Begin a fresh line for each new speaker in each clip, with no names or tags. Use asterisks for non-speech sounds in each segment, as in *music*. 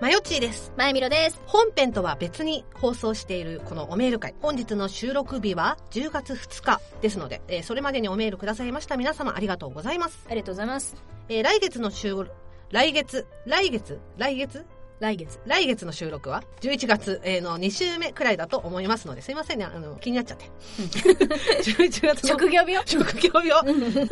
マヨッチーです。
まゆみろです。
本編とは別に放送しているこのおメール会。本日の収録日は10月2日ですので、えーそれまでにおメールくださいました皆様ありがとうございます。
ありがとうございます。
えー来月の収録、来月、来月、来月
来月。
来月の収録は11月えーの2週目くらいだと思いますので、すいませんね、あの、気になっ
*laughs*
ちゃって。11月の
*laughs* 職業病
職業 *laughs* 病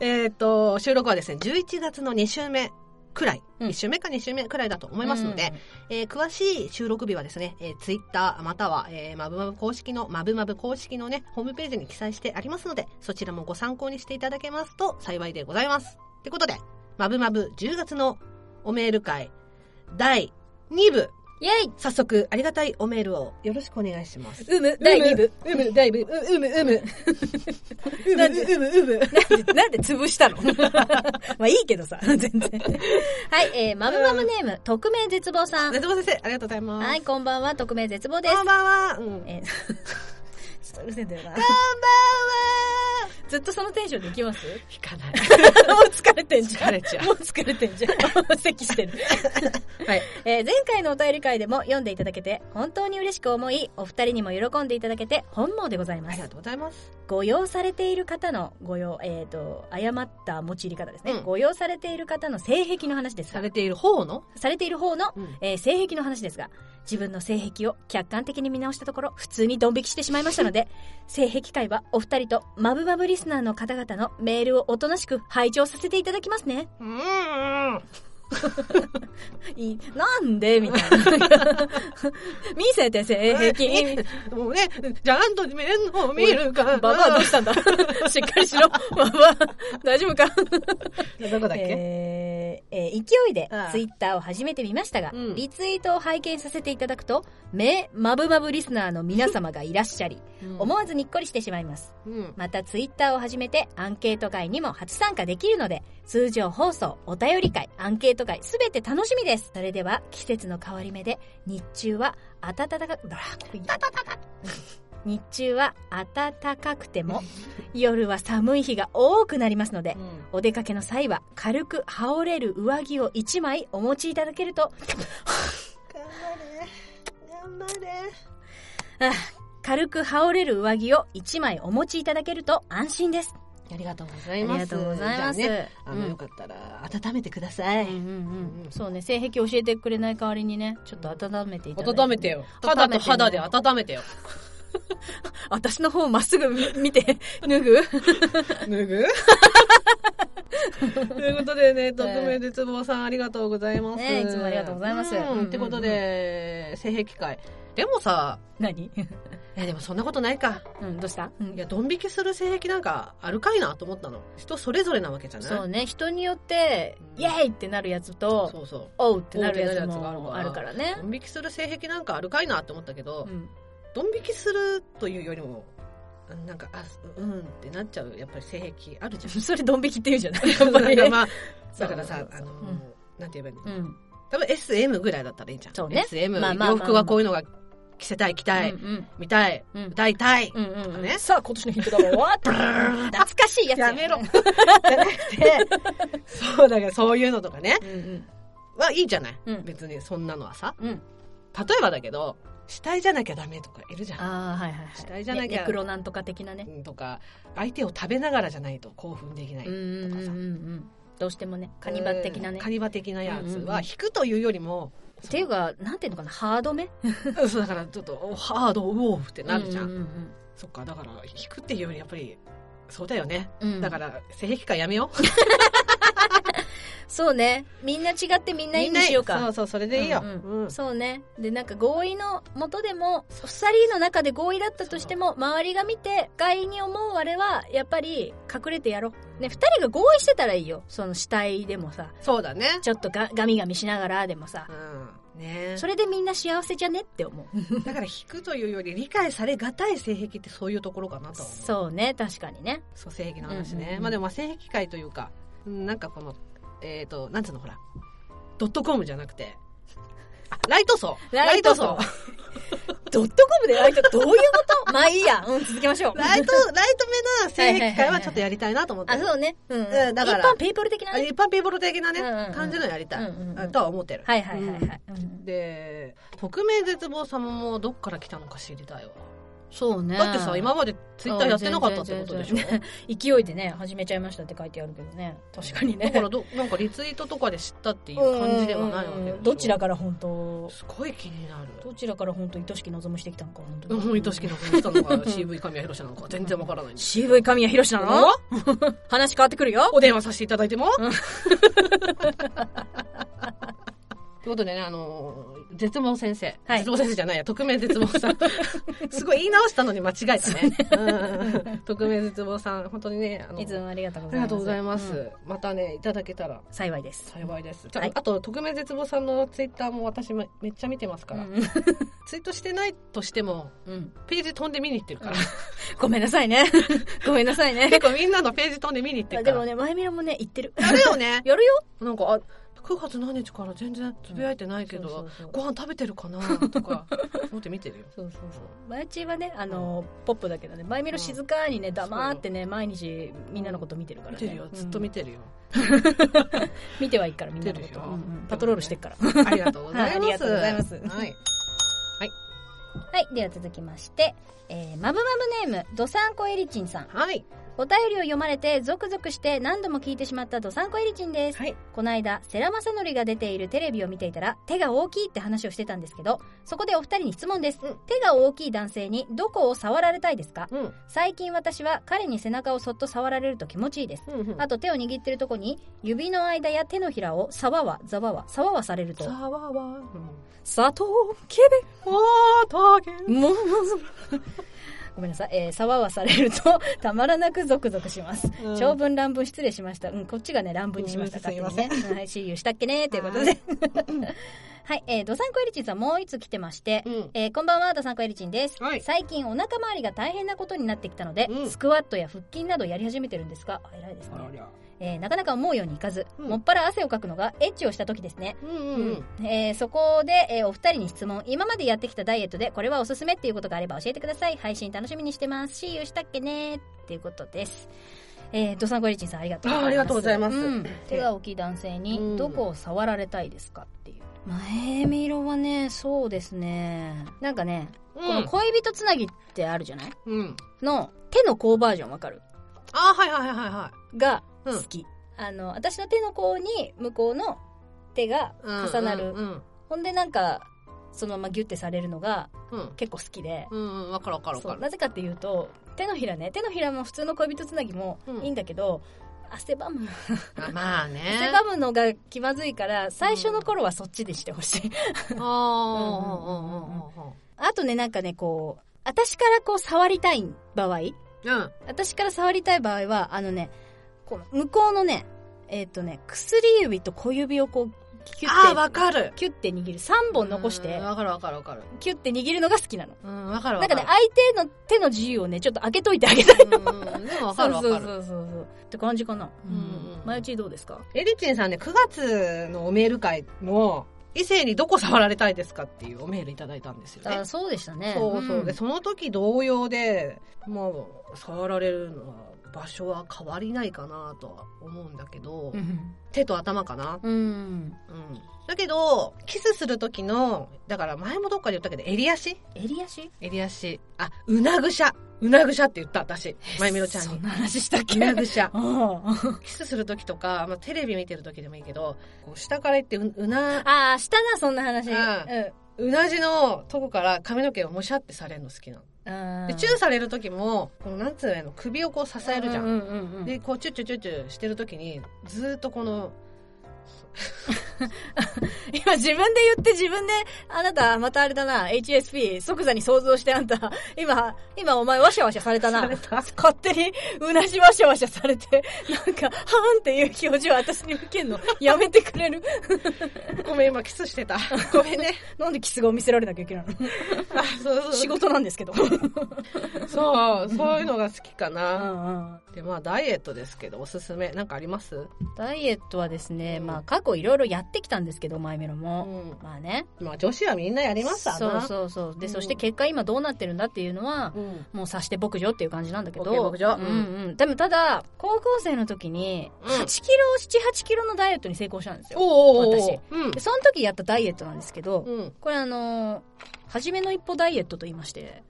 えっと、収録はですね、11月の2週目くらい、
うん
1週目か2週目くらいだと思いますので、、えー詳しい収録日はですね、えー、ツイッターまたは、えー、マブマブ公式の、マブマブ公式のね、ホームページに記載してありますので、そちらもご参考にしていただけますと幸いでございます。ってことで、マブマブ10月のおメール会第2部、
イェイ
早速ありがたいおメールをよろしくお願いします。
うむ、第2部。
うむ、第2部。 *laughs* うむ、うむ。うむ、うむ、うむ。
なんで潰したの *laughs* まあいいけどさ、 *laughs* 全然。はい、えー、マブマブネーム、匿名絶望さん。
熱望先生、ありがとうございます。
はい、こんばんは、匿名絶望です
こん。ばんは。うん。
えー *laughs* ちょっとうるせえんだよな。ずっとそのテンションでい *laughs* きます
引かない。
もう疲れてんじゃん。
疲れちゃう
もう疲れてんじゃん。もう咳して *laughs* る。
はい。
えー前回のお便り会でも読んでいただけて本当に嬉しく思いお二人にも喜んでいただけて本望でござい
あ
ま
り
す
がとうございます。
ご用されている方のご用えっ、と誤った持ち入り方ですね、
うん
ご用されている方の性癖の話です
さ
が
れている方の
されている方の、
うん
えー性癖の話ですが自分の性癖を客観的に見直したところ普通にドン引きしてしまいまし
*laughs*
たので性癖会はお二人とマブマブリスナーの方々のメールをおとなしく拝聴させていただきますね
うーん。
いなんでみたいな
*laughs*
見せて性癖
もうね、ちゃんと面を見るから。
ババアどうしたんだ *laughs* しっかりしろ。ババア、大丈夫か
どこだっけ、
えーえー勢いで
ああ
ツイッターを始めてみましたが、
うん
リツイートを拝見させていただくと、名マブマブリスナーの皆様がいらっしゃり、思わずにっこりしてしまいます。
うん。
またツイッターを始めてアンケート会にも初参加できるので、通常放送、お便り会、アンケート会、すべて楽しみです。それでは季節の変わり目で、日中は暖かく、だ日中は暖かく
*laughs*
ても、夜は寒い日が多くなりますので
う、ん
お出かけの際は軽く羽織れる上着を1枚お持ちいただけると、
頑張れ。頑張れ。
軽く羽織れる上着を1枚お持ちいただけると安心です。
ありがとうござ
あ
い
り
ます。
がとうございます。
じゃあね、あ
う
の、
ん
よかったら、温めてください。
うんうん
う
うんん、そうね性癖教えてくれない代わりにねちょっと温めていただいて
温めてよ。肌と肌で温めてよ。
私の方まっすぐ見て
*laughs*
脱ぐ
*laughs* 脱ぐ *laughs* ということ *laughs* でね、匿名絶望さんありがとうございます。
ねいつもありがとうございます
ん
うんうんうん
ってことで、性癖会。でもさ、
何、
え、でもそんなことないか。
うん、どうした、うん
いや、ドン引きする性癖なんかあるかいなと思ったの。人それぞれなわけじゃない
そうね人によってイエーイってなるやつと
そうそう。
おうってなるや
おう
つ
ってなるやつがあるか
も
ら
あるからね、
ドン引きする性癖なんかあるかいなって思ったけど、
うん、
ドン引きするというよりも、なんか、あ、うんってなっちゃう、やっぱり性癖あるじゃん。
それドン引きって言うじ
*laughs*
ゃない *laughs* やっぱ
だ
り
からまあ、
そ
だ
う
からさ、あのー
うん、
なんて言えばいいの
うん
多分 SM ぐらいだったらいいじゃん。
そうね
SM、
まあまあまあまあ
洋服はこういうのが着せたい、着たい、
うん
見たい、
うんうん
歌いた
*laughs*
い。
うんうんうん
ね
さあ今年のヒットだわーって懐かしいやつ
やめろじゃなくて、そうだからそういうのとかね、
うんうん
はいいじゃない、
うん
別にそんなのはさ。
うん
例えばだけど、死体じゃなきゃダメとかいるじゃん。
ああはいはいはい
死体じゃなきゃ
ねネクロなんとか的なね
とか、相手を食べながらじゃないと興奮できないと
うんうん
か
うんう
さ。
んどうしてもねカニバ的な
う
ね
んカニバ的なやつ
うんうんうん
は引くというよりも、
っていうかなんていうのかなハードめ
うんそうだからちょっと、おハード、ウォーってなるじゃん。
うんうん
そっか、だから引くっていうよりやっぱり、そうだよね。
うんうん
だから、性癖かやめよう。
そうねみんな違ってみんないいにしよう
そ
か
うそうそれでいいよ、
うん
うん
そうねでなんか合意のもとでも二人の中で合意だったとしても周りが見て不快に思うあれはやっぱり隠れてやろうね二人が合意してたらいいよその死体でもさ
そうだね
ちょっとがガミガミしながらでもさ
うんね
それでみんな幸せじゃねって思う
だから引くというより理解されがたい性癖ってそういうところかなとは思う
そうね確かにね
そう性癖の話ね、
うんうんうん
まあでもまあ性癖界というかうんなんかこのえっ、となんつうのほらドットコムじゃなくてあライト層
ライト層ドットコムでライトどういうこと *laughs* まあいいや。うん、続けましょう。
ライト、ライト目な性癖会はちょっとやりたいなと思って
あ、
る。
そうね。う
う
ん。
んだから
一般ペイポル的なね。
一般ピーボル的なね、
うんうんうん
感じのやりたい、
うんうんうん
とは思ってる。
はいはいはいはい。
うんで、匿名絶望様もどっから来たのか知りたいわ。
そうね。
だってさ、今までツイッターやってなかったってことでしょ
全然勢いでね、始めちゃいましたって書いてあるけどね。確かにね。
だ *laughs* からど、なんかリツイートとかで知ったっていう感じではないわけでしょ
どちらから本当、
すごい気になる。
どちらから本当、愛しき望むしてきたのか、本当に。
もう愛しきの子にしたのか、CV 神谷博士なのか、全然わからないんです。
渋い神谷博士なの *laughs* 話変わってくるよ。
*laughs* お電話させていただいても、
うん
ということでね、あのー絶望先生、
はい
絶望先生じゃないや、匿名絶望さん。 *laughs* すごい言い直したのに間違えたね。うん匿名絶望さん、本当にね、あの
いつもありがとうご
あり
ざいま
が
す。
とうございます。
うん
またね、いただけたら
幸いです。
幸いです。じゃあ
はい
あと、匿名絶望さんのツイッターも私めめっちゃ見てますから、
う
ツイートしてないとしても、
んうん
ページ飛んで見に行って *laughs* るから。
ごめんなさいね。ごめんなさいね。
結構みんなのページ飛んで見に行ってるか
で
ら。
もね、前ミラもね、言ってる。
あれよね。
*laughs* やるよ
*laughs* なんか、あ、9月何日から全然つぶやいてないけど、
そうそうそう
ご飯食べてるかなと
*laughs*
か、思って見てるよ。
そうそうそう。前チはね、あの、ポップだけどね、前ミラ静かにね、黙ってね、毎日みんなのこと見てるから
見
ね。
てるよ。ずっと見
て。
て
*laughs*
るよ。
見てはいいから、みんなのこ
見て
と。
る
う
よ
んうんパトロールしてっ *laughs* から。
ありがとうございます。
はいありがとうございます
はい。
はい、では続きまして、えー、マブマブネーム、ドサンコエリチンさん。
はい。
お便りを読まれて、ゾクゾクして何度も聞いてしまったドサンコエリチンです。
はい。
この間、世良正則が出ているテレビを見ていたら、手が大きいって話をしてたんですけど、そこでお二人に質問です。
うん
手が大きい男性にどこを触られたいですか
うん。
最近私は彼に背中をそっと触られると気持ちいいです。
うんうん。
あと手を握ってるとこに指の間や手のひらをさわわざわわさわわされると
さわわ。うん
砂糖ケ
あー、ターゲン。
もう、ごめんなさい、えー、さわわされると、たまらなくゾクゾクします。
うん
長文乱文失礼しました。うん、こっちがね、乱文にしました。
うん
勝手にねはい、see you したっけねということで。 *laughs* はい、えー、ドサンコエリチンさんもう一つ来てまして、
うん。
えーこんばんは、ドサンコエリチンです。
はい
最近お腹周りが大変なことになってきたので、
うん
スクワットや腹筋などやり始めてるんですが、あ偉いですね、
ありゃ。
えーなかなか思うようにいかず、
うん
もっぱら汗をかくのがエッチをした時ですね。
うんうん
えーそこで、えーお二人に質問今までやってきたダイエットでこれはおすすめっていうことがあれば教えてください配信楽しみにしてますし e したっけねっていうことですえー、ドサンゴリチンさんありがとうございます
あありがとうございます
ん手が大きい男性
う
に
ん
どこを触られたいですかっていう前見ろはねそうですねなんかね、
うん。
この恋人つなぎってあるじゃない
うん。
の手の甲バージョンわかる
あー、はいはいはいはいは
が
う
好
ん
き、あの私の手の甲に向こうの手が
い。うん
重なる、
うん。
ほんでなんかそのままギュッてされるのが
うん。
結構好きで、
うんうん。わかるわかるわ
そ
か
う
る。
なぜかっていうと手のひらね手のひらも普通の恋人つなぎも
うん
いいんだけど、汗ばむ、
あまあ
*laughs*
ね。
汗ばむのが気まずいから最初の頃はそっちでしてほしい
あーう
あとねなんかねこう私からこう触りたい場合
んうんうんうん。うん。
私から触りたい場合はあのねこう向こうのねえっ、とね薬指と小指をこうキュ
あー、
ッ
わ
て
かる。
キュッて握る3本残して
うんわかるわかるわかる。
キュッて握るのが好きなの
うん、わかる
な
わ
んか
か
ね
る。、
相手の手の自由をね、ちょっと開けといてあげたい。
うんうん、でもわかるわか
そ
る。
うそうそうそう。って感じかな。
うんうん
前ちどうですか
エリチンさんね、9月のおメール会の、異性にどこ触られたいですかっていうおメールいただいたんですよね。
そうでしたね
そうそう。で、
す。
その時同様で、まあ、触られるのは、場所は変わりないかなとは思うんだけど、
うん。
手と頭かな。
うん。
うん。だけど、キスする時の、だから前もどっかで言ったけど、襟足
襟足
襟足。あ、うなぐしゃ。うなぐしゃって言った、私。まゆみろちゃん
そん
に。
な話したっけ
う
*laughs*
なぐしゃ。
あ
キスする時とか、まあ、テレビ見てる時でもいいけど、こう下から行ってう、うな、
あー、したな、そんな話。
うんうなじのとこから髪の毛をもしゃってされるの好きなの。
うん。
で、チューされる時も、このなんつうのやの首をこう支えるじゃ。
うんんうんうん。
で、こうチュチュチュチュしてる時に、ずーっとこの、
今自分で言って自分で、あなた、またあれだな、HSP、即座に想像してあんた、今、今お前わしゃわしゃされたな。
された
勝手にうなじわしゃわしゃされて、なんか、はーんっていう表情私に受けんの。やめてくれる。
*laughs* ごめん、今キスしてた。 *laughs* ごめんね。
なんでキス顔見せられなきゃいけない
あ、そうそう。
の仕事なんですけど。
そう、そういうのが好きかな。
ダ
で、まあ、ダイエットですけど、おすすめ、なんかあります
イエットはですね、
うん
まあ過去いろいろやっってきたんですけど、マイメロ
う
も。
ん
まあね。
まあ女子はみんなやりましたな
そうそうそう。で、
うん
そして結果今どうなってるんだっていうのは、
うん
もう察して牧場っていう感じなんだけど。
OK 牧場
うんうん。でもただ、高校生の時に、
うん
8キロ、7、8キロのダイエットに成功したんですよ。
おうおうおう
私
うん
でその時やったダイエットなんですけど、
うん
これあのー初めの一歩ダイエットと言いまして、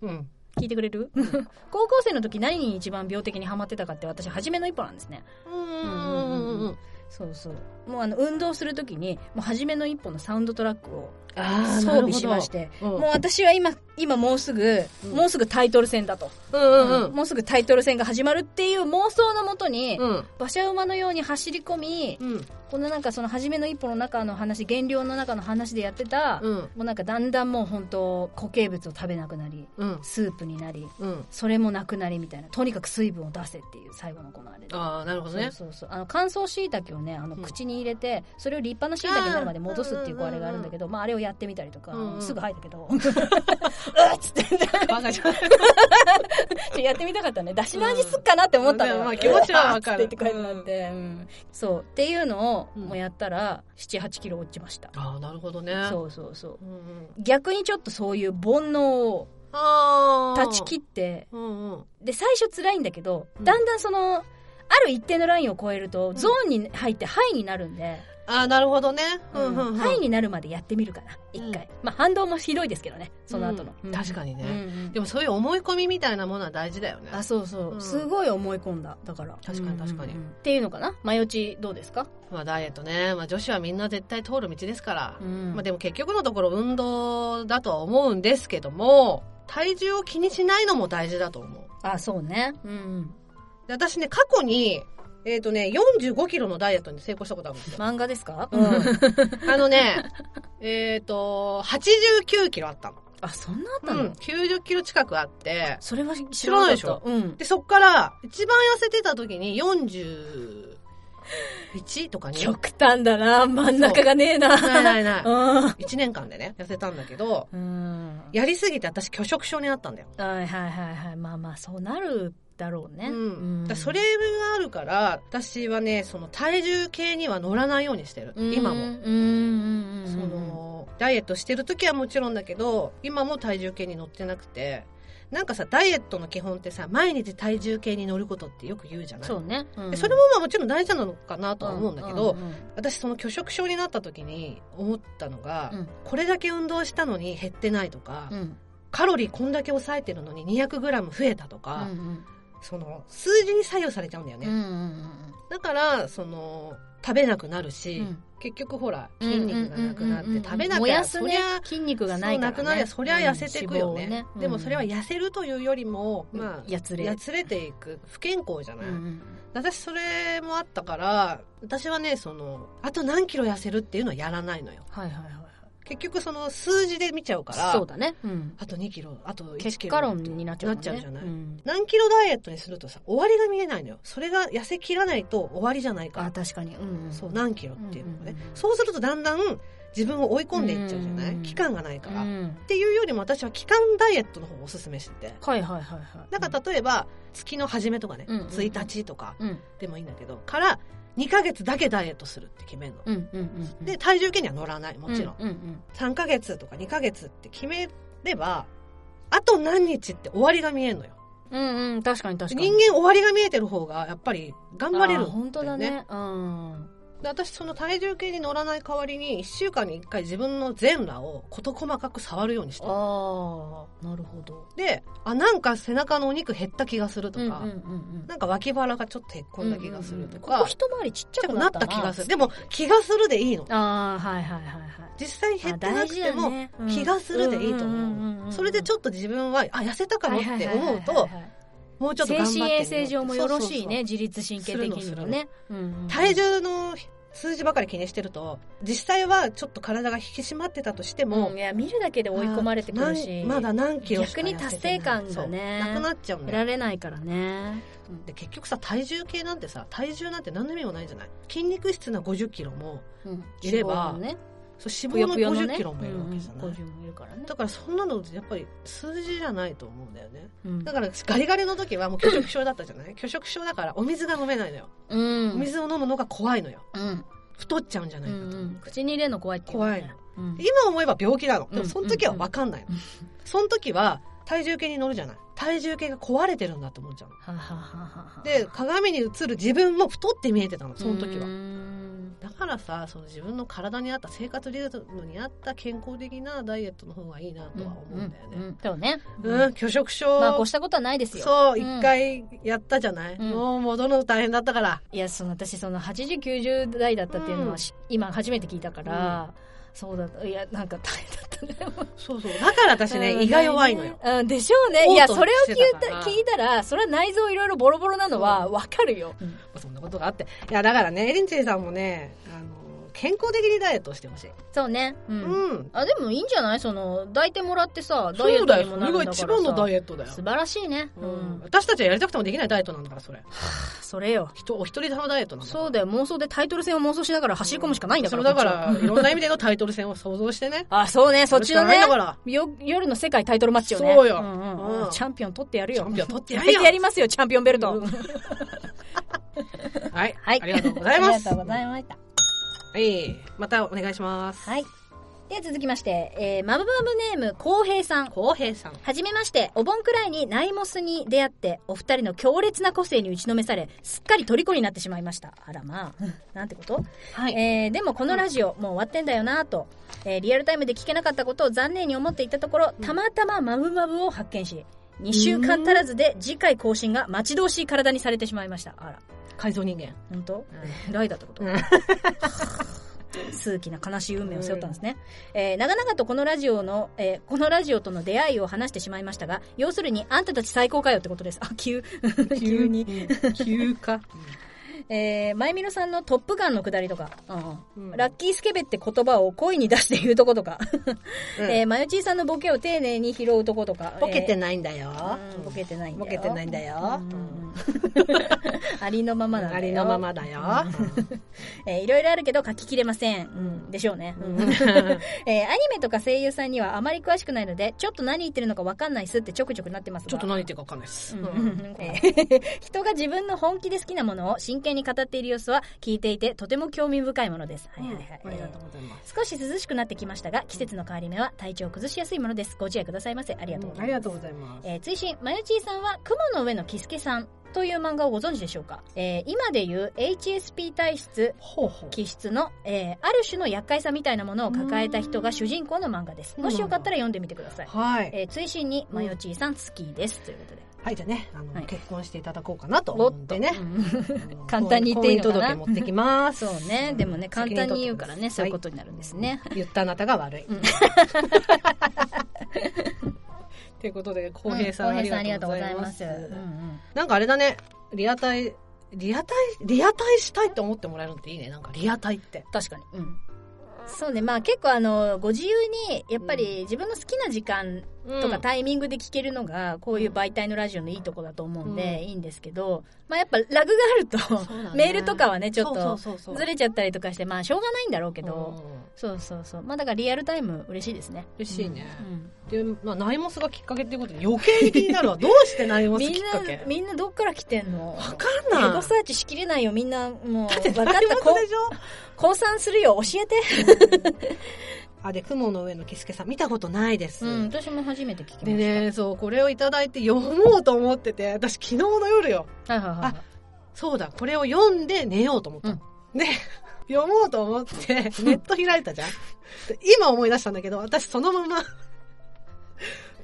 うん
聞いてくれる *laughs* 高校生の時何に一番病的にハマってたかって私、初めの一歩なんですね。
うんうんうん
そうそう。もうあの、運動する時に、もう初めの一歩のサウンドトラックを
あ
装
あ
備しまして、
うん
もう私は今、今もうすぐ、
うん
もうすぐタイトル戦だと。
うんうんうん
もうすぐタイトル戦が始まるっていう妄想のもとに、
うん
馬車馬のように走り込み、
うん
このなんかその初めの一歩の中の話、減量の中の話でやってた、
うん
もうなんかだんだんもう本当固形物を食べなくなり、
うん
スープになり、
うん
それもなくなりみたいな、とにかく水分を出せっていう最後のこのあれで。
ああなるほど
そう
ね
そうそうあの乾燥しいたけをねあの
うん
口に入れて、それを立派なしいたけになるまで戻すっていうこうあれがあるんだけど、まあ、あれをやってみたりとか、
うんうん
すぐ吐いたけど「うっ!」つって
バカじ *laughs* ゃん
やってみたかったね。だしの味すっかなって思った
う
の
ん
よ。
まあ気持ちはわかる
あーって言ってこうやってなって、うんそう。っていうのを、もうやったら、7、8キロ落ちました。
ああなるほどね
そうそうそう。
うんうん
逆にちょっとそういう煩悩を
ああ
断ち切って、
うんうん
で、最初辛いんだけど、
うん
だんだんその、ある一定のラインを超えると、ゾーンに入ってハイになるんで、
ああなるほどねうんうんうん
ハイになるまでやってみるかな、一回。まあ反動もひどいですけどね、その後の。
うん確かにね
うんうん
でもそういう思い込みみたいなものは大事だよね
あそうそう、
うん
すごい思い込んだだから
確かに確かに
うんうんうんっていうのかな前打ちどうですか、
まあダイエットねまあ女子はみんな絶対通る道ですからまあ
で
でも結局のところ運動だとは思うんですけども体重を気にしないのも大事だと思う
あそうねうんうん
で私ね過去にえっ、とね4 5キロのダイエットに成功したことあるんです *laughs* よ、
漫画ですか、
うん、あのねえっ、と8 9キロあったの、
あそんなあっ
う
たの、
ん、9 0キロ近くあって
それは知
ら
ら
な
ないい
でしょ
うん
でそっから一番痩せてた時に41とかに
極端だな真ん中がねえな
ないないない
*laughs* うん
1年間でね痩せたんだけど
うん
やりすぎて私拒食症になったんだよ
はいはいはいはいまあまあそうなるだろうね、
うん、だからそれがあるから私はねその体重計には乗らないようにしてる、
うん
今
うん
も、
うんうんうん
そのダイエットしてる時はもちろんだけど今も体重計に乗ってなくてなんかさダイエットの基本ってさ毎日体重計に乗ることってよく言うじゃない
そうね、うん
でそれもまあもちろん大事なのかなとは思うんだけど、
うんうんうん
私その拒食症になった時に思ったのが、
うん
これだけ運動したのに減ってないとか、
うん
カロリーこんだけ抑えてるのに 200g 増えたとか、
うん
その数字に左右されちゃうんだよね、
うんうんうん
だからその食べなくなるし、
うん
結局ほら筋肉がなくなって
うんうんうんうん
食べなきゃ
燃やす
そ
ね
りゃ
筋肉がないから、ね、
そうなくなりゃそりゃ痩せていくよね,、
うん脂肪を
でもそれは痩せるというよりも、
うん
まあ
やつれ
やつれていく不健康じゃない、
うん
私それもあったから私はねそのあと何キロ痩せるっていうのはやらないのよ
はいはいはいは
結局その数字で見ちゃうから
いそうだね、うん、
あと2キロあと1キロ
結果論になっちゃうもんね
なっちゃうじゃない
ん
何キロダイエットにするとさ終わりが見えないのよそれが痩せきらないと終わりじゃないから
あ確かに、うんん、
そう何キロっていうのがね、
うんうんうん
そうするとだんだん自分を追い込んでいっちゃうじゃない、
うん
期間がないから、
う
っ
ん
ていうよりも私は期間ダイエットの方をおすすめしてて
はいはいはいはい
だから例えば月の初めとかね、
うんうん
1日とか
うん
でもいいんだけどから2ヶ月だけダイエットするって決めるの、
うんうんうんうん
で体重計には乗らないもちろん、
うんうん
3ヶ月とか2ヶ月って決めればあと何日って終わりが見えるのよ
うん、うんうん、確かに確かに
人間終わりが見えてる方がやっぱり頑張れるんだよ
あー本当だねうん
で私その体重計に乗らない代わりに1週間に1回自分の全裸を事細かく触るようにして
ああなるほど
であなんか背中のお肉減った気がするとか、
うんうんうん
なんか脇腹がちょっとへっこんだ気がするとか、
うんうんうんここ一回りちっちゃく
な
な
っ
った
た気がするで
も
も気がするでいいの
ああはいはいはいはい
実際に減ってなくても、気がするでいいと思うそれでち
ょっ
ょっと自分はあ痩せたかもって思うともうちょっと
精
頑張ってみ
神
よう
衛生上もよろしい
そ
ね
うそうそう
自律神経的にもね
体重の数字ばかり気にしてると実際はちょっと体が引き締まってたとしても、
もいや見るだけで追い込まれてくるし
なんまだ何キロしか
逆に達成感がね
そうなくなっちゃうん
得
だ
ら
よ
れないからね
で結局さ体重計なんてさ体重なんて何の意味もないじゃない筋肉質な5 0キロも
うん
いれば
脂肪のね
そう
ぷ
脂
よ
肪の
ぷ
5
よのね
0キロもいるわけじゃない、
うんうん50もいるからね
だからそんなのやっぱり数字じゃないと思うんだよね
うん
だからガリガリの時はもう拒
*laughs*
食症だったじゃない拒食症だからお水が飲めないのよ、
うん
お水を飲むのが怖いのよ
うん
太っちゃうんじゃないかと、
うんうん口に入れるの怖いってうよね
怖いの、
うん
今思えば病気なので
う
も
ん
その時は分かんないの、
うん
その時は体重計に乗るじゃない体重計が壊れてるんだと思っちゃうの
はあはあはあはあ
で鏡に映る自分も太って見えてたのその時は
うーん
だからさその自分の体に合った生活リズムに合った健康的なダイエットの方がいいなとは思うんだよね、
うんうんそうね、
うん、拒食症、
まあ越したことはないですよ
そう、
ん
一回やったじゃない、
うん
もう戻るの大変だったから。
いやその私その8090代だったっていうのはし、今初めて聞いたから、そうだったいやなんか大変だったね
そうそう。だから私ね、胃が弱いのよ。
うん、でしょうね。いや、
嘔吐
それを聞
し
い
て
た
たから
聞いたら、それは内臓いろいろボロボロなのは
そ
わかるよ。
そんなことがあって。いや、だからね、エリンチェリさんもね、あの、健康的にダイエットをしてほしい。
そうね。う。
うんん。
あ、でもいいんじゃないその、抱いてもらってさ、ダイエ
そ
ッ
う
ト
だ
に
よ。
も
そ
な
れ
る
が
んだから
一番のダ
エ
イエットだよ
素。晴らしいね。う
うん
ん。
私たちはやりたくてもできないダイエットなんだから、それ。
それよ。
人、お一人様ダイエットなんだから。
そうだよ。妄想でタイトル戦を妄想しながら走り込むしかないんだから。
それだか
こっ
ら、いろんな意味でのタイトル戦を想像してね
ち。は。あ、そう *laughs* ね。そっちの
やるし
ね
かないん。だから。
よ夜の世界タイトルマッチよね。
そうよ
んうんうん
うん
チャンピオン取ってやるよ。
チャンピオン取ってや
や
るよ
*laughs* やりますよ、チャンピオンベルト。
うんはい。
はい。
ありがとうございま
*laughs* あり
す。
がとうございました。
はい。またお願いします。
はい。では続きまして、えー、マブマブネーム、こうへいさん。
浩平さん。
はじめまして、お盆くらいにナイモスに出会って、お二人の強烈な個性に打ちのめされ、すっかり虜になってしまいました。あらまあ、なんてこと、
は。
えー、でもこのラジオ、もう終わってんだよなぁと、えー、リアルタイムで聞けなかったことを残念に思っていたところ、たまたまマブマブを発見し、2週間足らずで次回更新が待ち遠しい体にされてしまいました。あら、
改造人間。
本当、 *laughs* ライダーってこと
うん
*laughs* 数奇な悲しい運命を背負ったんですね、えー長々とこのラジオの、えーこのラジオとの出会いを話してしまいましたが要するにあんたたち最高かよってことですあ急 *laughs* 急に、
うん。急か。
*laughs* えー、前見ろさんの「トップガン」のくだりとか、うん
うん
ラッキースケベって言葉を声に出して言うとことか、
うん
*laughs* えー、マヨチーさんのボケを丁寧に拾うとことか
ボケて
い、
ないんだよ
え。ーうんボケてないんだよ
ボケてないんだよ
うんうんうん *laughs* ありのままなんだよ
ありのままだよ。
えーいろいろあるけど書ききれません、うん、でしょうね、
*laughs*
うんえーアニメとか声優さんにはあまり詳しくないのでちょっと何言ってるのかわかんないっすってちょくちょくなってますが
ちょっと何言ってるかわかんないです。
う
うんん
えー人が自分の本気で好きなものを真剣に語っている様子は聞いていてとても興味深いものです、はいはいはい
ありが
え
とうございます。
ー少し涼しくなってきましたが季節の変わり目は体調を崩しやすいものですご自愛くださいませありがとうございます、
とうございます。
えー追伸まゆちーさんは「雲の上のキスケさん」という漫画をご存知でしょうか、えー今でいう HSP 体質
ほうほう。
気質の、えーある種の厄介さみたいなものを抱えた人が主人公の漫画です
うん
もしよかったら読んでみてください、
はい。
えー追伸に「マヨチーさん好きです」ということで
はい、じゃあね、あの、
はい
結婚していただこうかなと
お
思っ
っと
てね。
うん *laughs*
あの
簡単に言っていいのかな
婚姻届持ってきます。
そうねでもね
うん。
簡単に言うからねそういうこととになるんですね、
はい言ったあなたが悪い。
うん
*laughs* ということで、浩平さん、
浩
ありがとうございます
あ。りがとうございますうんうん
なんかあれだね、リアタイ、リアタイ、リアタイしたいって思ってもらえるのっていいね。なんかリアタイって。
確かにうんそうねまあ結構あのご自由にやっぱり自分の好きな時間とかタイミングで聞けるのがこういう媒体のラジオのいいとこだと思うんで、
うん
いいんですけど、まあ、やっぱラグがあると
そうだね
メールとかはねちょっと
そうそうそうそう
ずれちゃったりとかしてまあしょうがないんだろうけど、
うん
そうそうそうまあだからリアルタイム嬉しいですね
嬉しいね
うん
で、まあ、ナイモスがきっかけっていうことで余計に気になるわ。どうしてナイモス
みん
きっ
な
かけ
みんなどっから来てんの
わ
エ
かんない。
ゴサーチしきれないよみんなもう分かっ
ナイ
た
モス
こ
でしょ
降参するよ教えて
あ、で、雲の上のキスケさん、見たことないです。
うん私も初めて聞きました
でね、そう、これをいただいて読もうと思ってて、私昨日の夜よ。
はいはいはい
そうだ、これを読んで寝ようと思ったの。で、読もうと思って、ネット開いたじゃん。で今思い出したんだけど、私そのまま、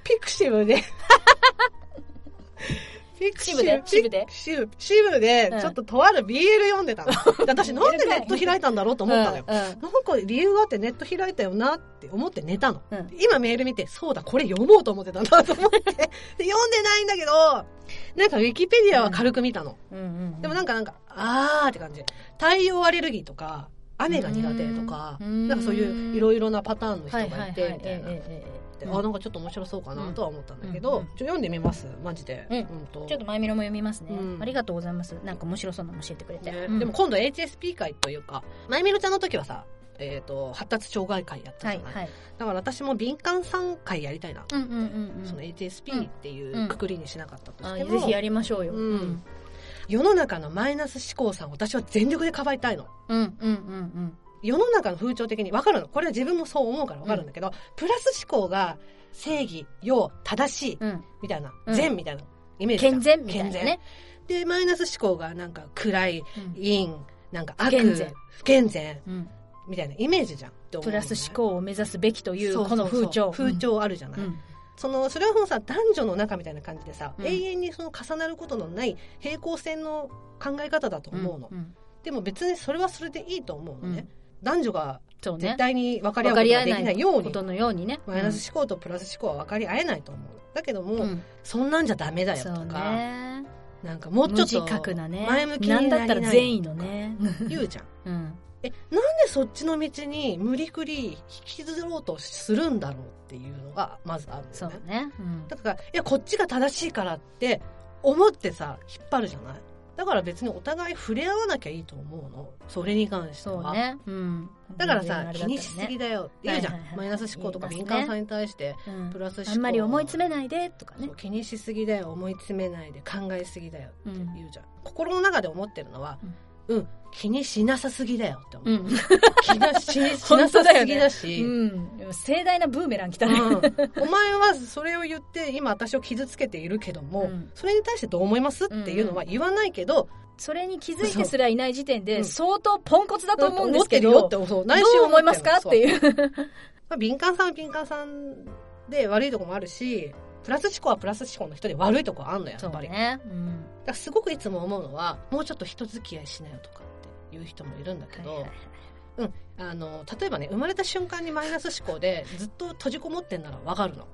ピクシブで、ピク
シブでシブで
ピクシブ、シブで
う、ん
ちょっととある BL 読んでたの。で私なんでネット開いたんだろうと思ったのよ。
うんうん
なんか理由があってネット開いたよなって思って寝たの。
うん
今メール見て、そうだ、これ読もうと思ってたんだと思って、 *laughs* で読んでないんだけど、なんかウィキペディアは軽く見たの。
うんうんうん
でもなんかなんか、あーって感じ。太陽アレルギーとか、雨が苦手とか、
うん
なんかそういういろいろなパターンの人
はい
が
はい
い
はい
て、みたいな。
ええええええ
であなんかちょっと面白そうかなとは思ったんだけ
う
ど
ん、
ちょ読んでみます、マジで。
うん
と
ちょっと前見ろも読みますね、
うん
ありがとうございますなんか面白そうなの教えてくれて、
ね
うん
でも今度 HSP 会というか、まゆみろちゃんの時はさ、えっ、と、発達障害会やった
は
じ
い
ゃない、
はい
だから私も敏感さん会やりたいな。
うんうんうんうん
その HSP っていうくくりにしなかったと
あ
しても、
ぜひやりましょうよ、
うん世の中のマイナス思考さん私は全力でかばいたいの。
うんうんうん
世の中の風潮的に分かるの。これは自分もそう思うから分かるんだけど、プラス思考が正義、要、正しい、
うんうん
みたいな、
うん
善みたいなイメージじゃん。
健全みたいな
健
ね
全で、マイナス思考がなんか暗い、
うん
陰、なんか悪、
不健全
不健全、
うん
みたいなイメージじゃん。って思
プ
うの
ラ
ね
ス思考を目指すべきというこの
そうそう
風
そ
潮
う風潮あるじゃない、
うん
そのそれはもうさ男女の中みたいな感じでさ、
うん
永遠にその重なることのない平行線の考え方だと思うの、
ん
でも別にそれはそれでいいと思うのね、
うん
男女が
そうね
絶対に分かり合う
分
こ
か
と
り
が
合
でき
え
な
ないい
よう
こ
に
とのようにね
マイナス思考とプラス思考は分かり合えないと思うだけども、
うん
そんなんじゃダメだよ
そう
とか、
ね
なんかもう
無
ちょ
自
っ
覚
と
なね
前向き
な
に
んだ
な
った
り
ら
な
善
い
意のね
言うじゃん
うん
えなんでそっちの道に無理くり引きずろうとするんだろうっていうのがまずあるんだ
そ
よ
う
ね
ねうん
だから、いや、こっちが正しいからって思ってさ、引っ張るじゃないだから別にお互い触れ合わなきゃいいと思うの。それに関して
そう
は。
ねうん
だからさ、気にしす
ね
ぎだよって言うじゃん。
はいはいはい
マイナス思考とか
言い
敏
ますね
感さに対して、
うん
プラス思考。
あんまり思い詰めないでとかね
そう気にしすぎだよ、思い詰めないで、考えすぎだよって
うん
言うじゃん。心の中で思ってるのは、うん、気にしなさすぎだよって思う。
うん
気なししな
本当
さ
だよね
すぎだし。
うんでも盛大なブーメラン来たね
うん、お前はそれを言って今私を傷つけているけども、
うん
それに対してどう思いますっていうのは言わないけど、
それに気づいてすらいない時点
う
で
ん
相当ポンコツだと思うんですけ
思
ど
ってるよってそう
ど
内心
う思いますかっ
思
て
る
いう
そうまあ敏感さんは敏感さんで悪いとこもあるしプラス思考はプラス思考の人で悪いとこあんのよやっぱり、だ
ねうん
からすごくいつも思うのはもうちょっと人付き合いしなよとかっていう人もいるんだけど、
はいはいはい
あの例えばね生まれた瞬間にマイナス思考でずっと閉じこもってんならわかるの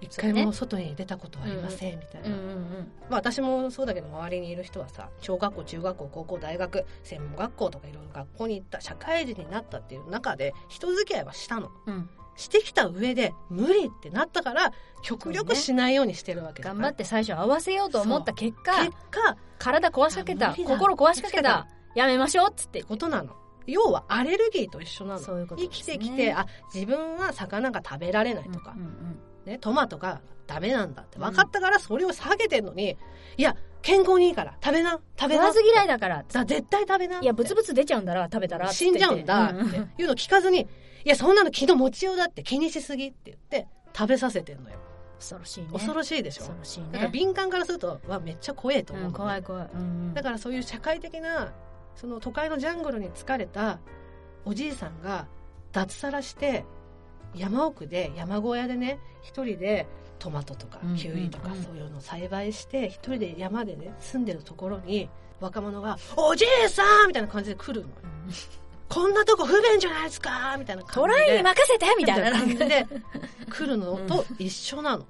一回も外に出たことはありませんみたいな、
うんうん
まあ、私もそうだけど周りにいる人はさ小学校中学校高校大学専門学校とかいろいろ学校に行った社会人になったっていう中で人付き合いはしたの
うんうん
してきた上で無理ってなったから極力しないようにしてるわけだ
頑
か
張
ら、
って最初合わせようと思った結果
結果っ
体壊しかけ
あ
た
無理だ
心壊しかけたやめましょうっつって
てことなの要はアレルギーと一緒なの
そういうこと
生きてきてあ自分は魚が食べられないとか、ね、トマトがダメなんだって分かったからそれを下げてんのに、いや健康にいいから食べな食べ
食
な
わず嫌いだからっつって
だ絶対食べない
やブツブツ出ちゃうんだら食べたらっつって
死んじゃうんだっていうのを聞かずに、いや、そんなの気の持ちようだって気にしすぎって言って、食べさせてんのよ。
恐ろしいね
恐ろしいでしょ。
恐ろしい
だから
ね
敏感からすると、わ、めっちゃ怖えと思う、
うん怖い怖いうん
だからそういう社会的な、その都会のジャングルに疲れたおじいさんが脱サラして、山奥で、山小屋でね、一人でトマトとか
うん
キウイとか
うんうん
そういうのを栽培して、一人で山でね、住んでるところに、若者が、おじいさんみたいな感じで来るのよ。
うん
こんなとこ不便じゃないですかみたいな感じで。
トライに任せてみたいな
みたい
*laughs* な
な感じで来るのと一緒
*laughs*
なの。
る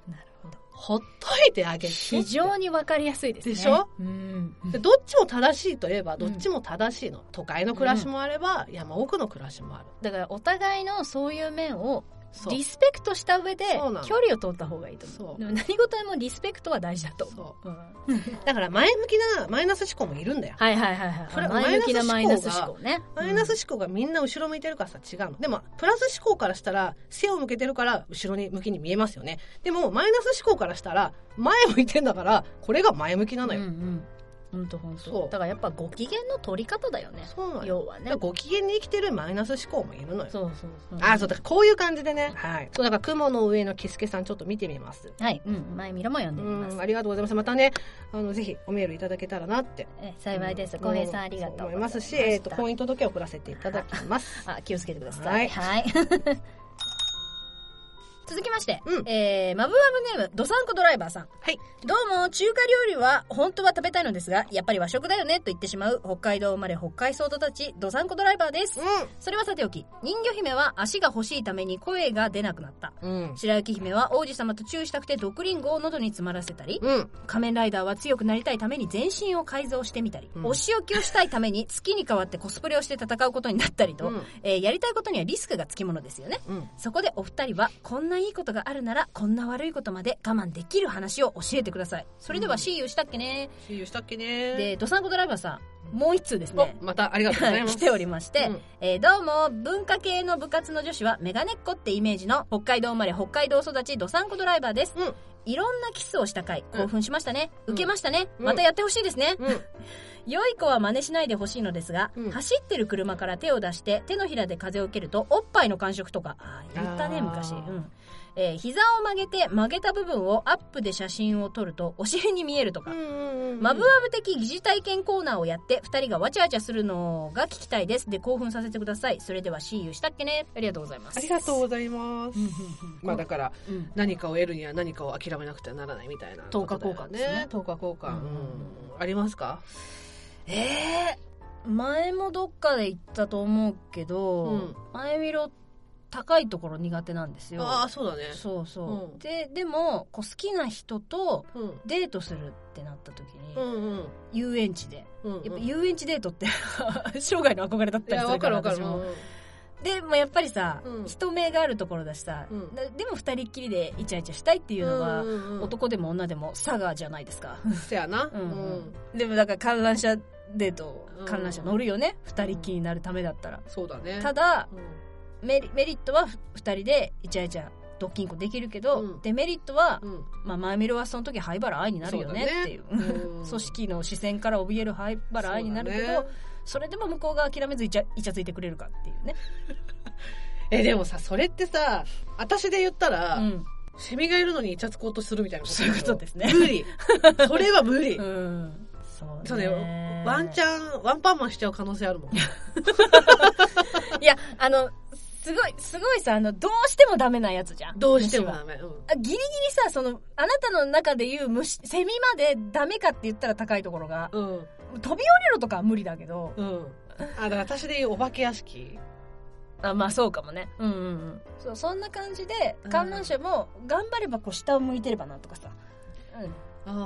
ほ
ほど
っといてあげて。
非常にわかりやすいですね
でしょ
うん
でどっちも正しいといえばどっちも正しいの。都会の暮らしもあれば山奥の暮らしもある。
だからお互いのそういう面を
そう
リ。スペクトした上で
そうなの
距離を取った方がいいと思
そうう
でも何事にもリスペクトは大事だと思、
そう
うん、
う。だから前向きなマイナス思考もいるんだよ。
はいはいはいはい
これ
あの前向きなマ
マ
イ
イ
ナ
ナ
ス
ス
思
思
考ね
マイナス思考がみんな後ろ向いてるからさ違うの。でも、プラス思考からしたら、背を向けてるから後ろに向きに見えますよね。でも、マイナス思考からしたら、前向いてんだから、これが前向きなのよ。
うんうん本当本当
そう
だからやっぱご機嫌の取り方だよね
そうなのよ。
要は
だ
ね
からご機嫌に生きてるマイナス思考もいるのよ。
そうそうそう
あそうだこういう感じでねはいそうだから雲の上のキスケさんちょっと見てみます
はい、うん、前見ろも読ん
う
でみます
んありがとうございますまたねあのぜひおメールいただけたらなって
え幸いです浩平さんありがとう
思
ござ
いま
いますす
し、えっと婚姻届を送らせていただきます
あ気をつけてくださいはい、 *laughs* 続きまして、
うん
えー、マブマブネームドサンコドライバーさん
はい
どうも、中華料理は本当は食べたいのですが、やっぱり和食だよねと言ってしまう、北海道生まれ北海道育ち、ドサンコドライバーです。それはさておき、人魚姫は足が欲しいために声が出なくなった。
うんうん
白雪姫は王子様とチューしたくて毒リンゴを喉に詰まらせたり、
うん
仮面ライダーは強くなりたいために全身を改造してみたり、
うん
お仕置きをしたいために月に代わってコスプレをして戦うことになったりと、
うん
えーやりたいことにはリスクがつきものですよね。
うん
そこでお二人はこんなないいことがあるならこんな悪いことまで我慢できる話を教えてくださいそれで
う
は
ん
See you したっけね、
See you したっけね
でドサンコドライバーさんもう一通です
お
ね
またありがとうございます
来ておりまして、
うん
えーどうも文化系の部活の女子はメガネっ子ってイメージの北海道生まれ北海道育ちドサンコドライバーです、
うん
いろんなキスをした回
うん
興奮しましたね、
うん
受けましたね、
うん
またやってほしいですね、
うん
良い子は真似しないでほしいのですが、
うん
走ってる車から手を出して手のひらで風を受けるとおっぱいの感触とかあー言ったね
あー
昔うんえー膝を曲げて曲げた部分をアップで写真を撮るとお尻に見えるとか、
うん
マブマブ的疑似体験コーナーをやって2人がわちゃわちゃするのが聞きたいですで興奮させてくださいそれでは See you したっけねありがとうございます
ありがとうございます
うんうんうん
まあだから
うん
何かを得るには何かを諦めなくてはならないみたいなことだよ
等価交換ですね
等価交換、
うん
うんありますか
えー、前もどっかで言ったと思うけど、
うん
前見ろ高いところ苦手なんですよ
ああそうだね
そうそう、
うん
ででもこう好きな人と
うん
デートするってなった時に、
うんうん
遊園地で
うん
やっぱ遊園地デートって *laughs* 生涯の憧れだっ
い
たり
や
する
わか
か
る
ら
わか
私
る
もでもやっぱりさ、
うん
人目があるところだしさ、
うん
ででも二人っきりでイチャイチャしたいっていうのは、
うんうんうん
男でも女でもサガじゃないですか
せやな
うんでもだから観覧車デート観覧車乗るよね、二人っきりになるためだったら
そうだね
ただ
うん
メリメリットはふ二人でイチャイチャドッキンコできるけど、
うん
デメリットは、
うん
まあ、前見ろはその時灰原愛になるよね
そうだね
っていう
うん
組織の視線から怯える灰原愛になるけど
そ
そ,、
うだね
れでも向こうが諦めずイチャイチャついてくれるかっていうね、
えでもさそれってさ私で言ったら、
うん、
セミがいるのにイチャつこうとするみたいなこと
そういうことですね
無理それは無理、
うんそう
そうねワンチ
ャ
ャンワンパンマンしちゃう可能性あるもん
ンいやあのすごいすごいさあのどうしてもダメなやつじゃん
どうしても
虫は
ダメ、うん
あギリギリさそのあなたの中で言う虫セミまでダメかって言ったら高いところが
うん
飛び降りろとかは無理だけど
うんあだから私で言うお化け屋敷
あまあそうかもねうんうんうんそうそんな感じで観覧車も頑張ればこう下を向いてればなんとかさ、うん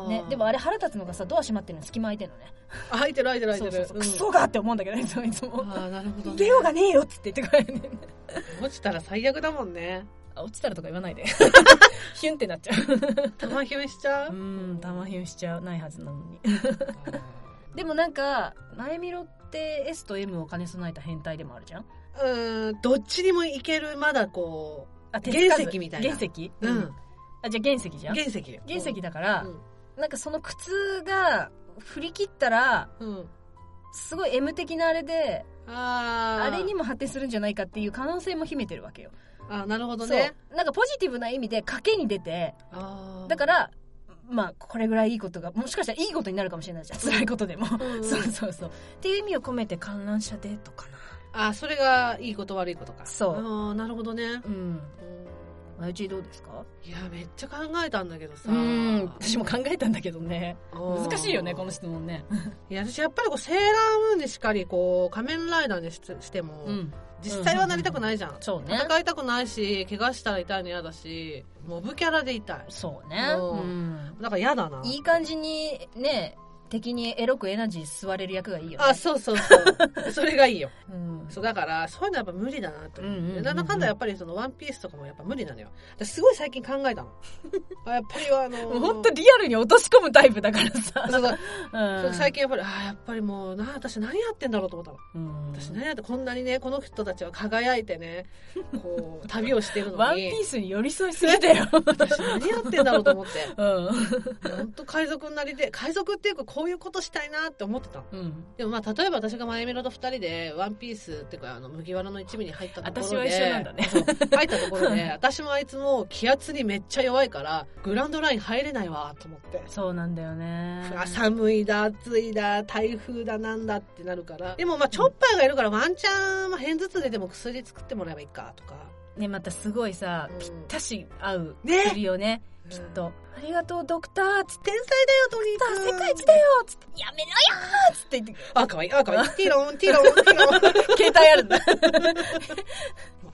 ね、でもあ
れ
れ腹立つのがさドア閉まってるのに隙間空いてるのね
開いてる開いてる開いて
そうそう
る
そうクソがって思うんだけどねいつもいつ
う
も
んああなるほど、
逃
ね、
げようがねえよっつって言ってくれるね
落ちたら最悪だもんね
あ落ちたらとか言わないで *laughs* ヒュンってなっちゃ
玉ひめしちゃ
う
う、
うんたまヒュンしちゃうないはずなのに
あ
でもなんか前見ろって S と M を兼ね備えた変態でもあるじゃん
ー *laughs* うんどっちにもいけるまだこ
あ手
原石
つかず
みたいな
原石
う、うん
あじゃあ原石じゃん
原石
原石だから、
うん
なんかその苦痛が振り切ったら
うん
すごい M 的なあれで
ああ
あれにも発展するんじゃないかっていう可能性も秘めてるわけよ、
あーなるほど
そ
ね
うなんかポジティブな意味で賭けに出て
あ、
だかららまあこれぐらいいいことがもしかしたらいいことになるかもしれないじゃん辛いことでも、
うんうん
*laughs* そうそうそうっていう意味を込めて観覧車デートか
あーそれがいいこと悪いことか
そう
ああなるほどね、
なうん
う
まゆちどうですか
んいやめっちゃ考えたんだけどさ
うん私も考えたんだけどね
うん
難しいよねこの質問ね
いや私やっぱりこうセーラームーンにしかりこう仮面ライダーにししても、
うん
実際はなりたくないじゃん、
そうね
戦いたくないし怪我したら痛いの嫌だしモブキャラで痛い
そうね
うん
うん
だから嫌だない
い感じにね敵にエロくエナジー吸われる役がいいよね
あそうそうそう
*laughs*
それがいいよ
うん
そうだからそういうのはやっぱ無理だなと思って、
うんうんうんうん
なんだかんだやっぱりその「ワンピースとかもやっぱ無理なのよ私すごい最近考えたのあやっぱりあのー
本当リアルに落とし込むタイプだからさ
そうそう
う
そうん最近やっぱりあーやっぱりもうな私何やってんだろうと思ったの
うん
私何やってこんなにねこの人たちは輝いてねこ
*laughs*
う旅をしてるのに
ワンピースに寄り添いすぎだよ *laughs*
私何やってんだろうと思って
うん
本当海賊になりて海賊っていうかこういうことしたいなって思ってたの
うん
でもまあ例えば私がマイメロと2人で「ワンピースっていうかあの麦わらの一味に入ったところで
私は一緒なんだね
そう入ったところで私もあいつも気圧にめっちゃ弱いからグランドライン入れないわと思って。
そうなんだよね
あ寒いだ暑いだ台風だなんだってなるからでもまあチョッパーがいるからワンチャンまあ片頭痛ででも薬作ってもらえばいいかとか、
ねまたすごいさ
うん
ぴったし合う
ね
薬よねきっとありがとうドクターつって
天才だよトニ
さ
ー
世
君
界一だよつってやめろよ
*laughs*
ーつって言って
あかわいいあかわいいティロンティロンティロン
携帯あるんだ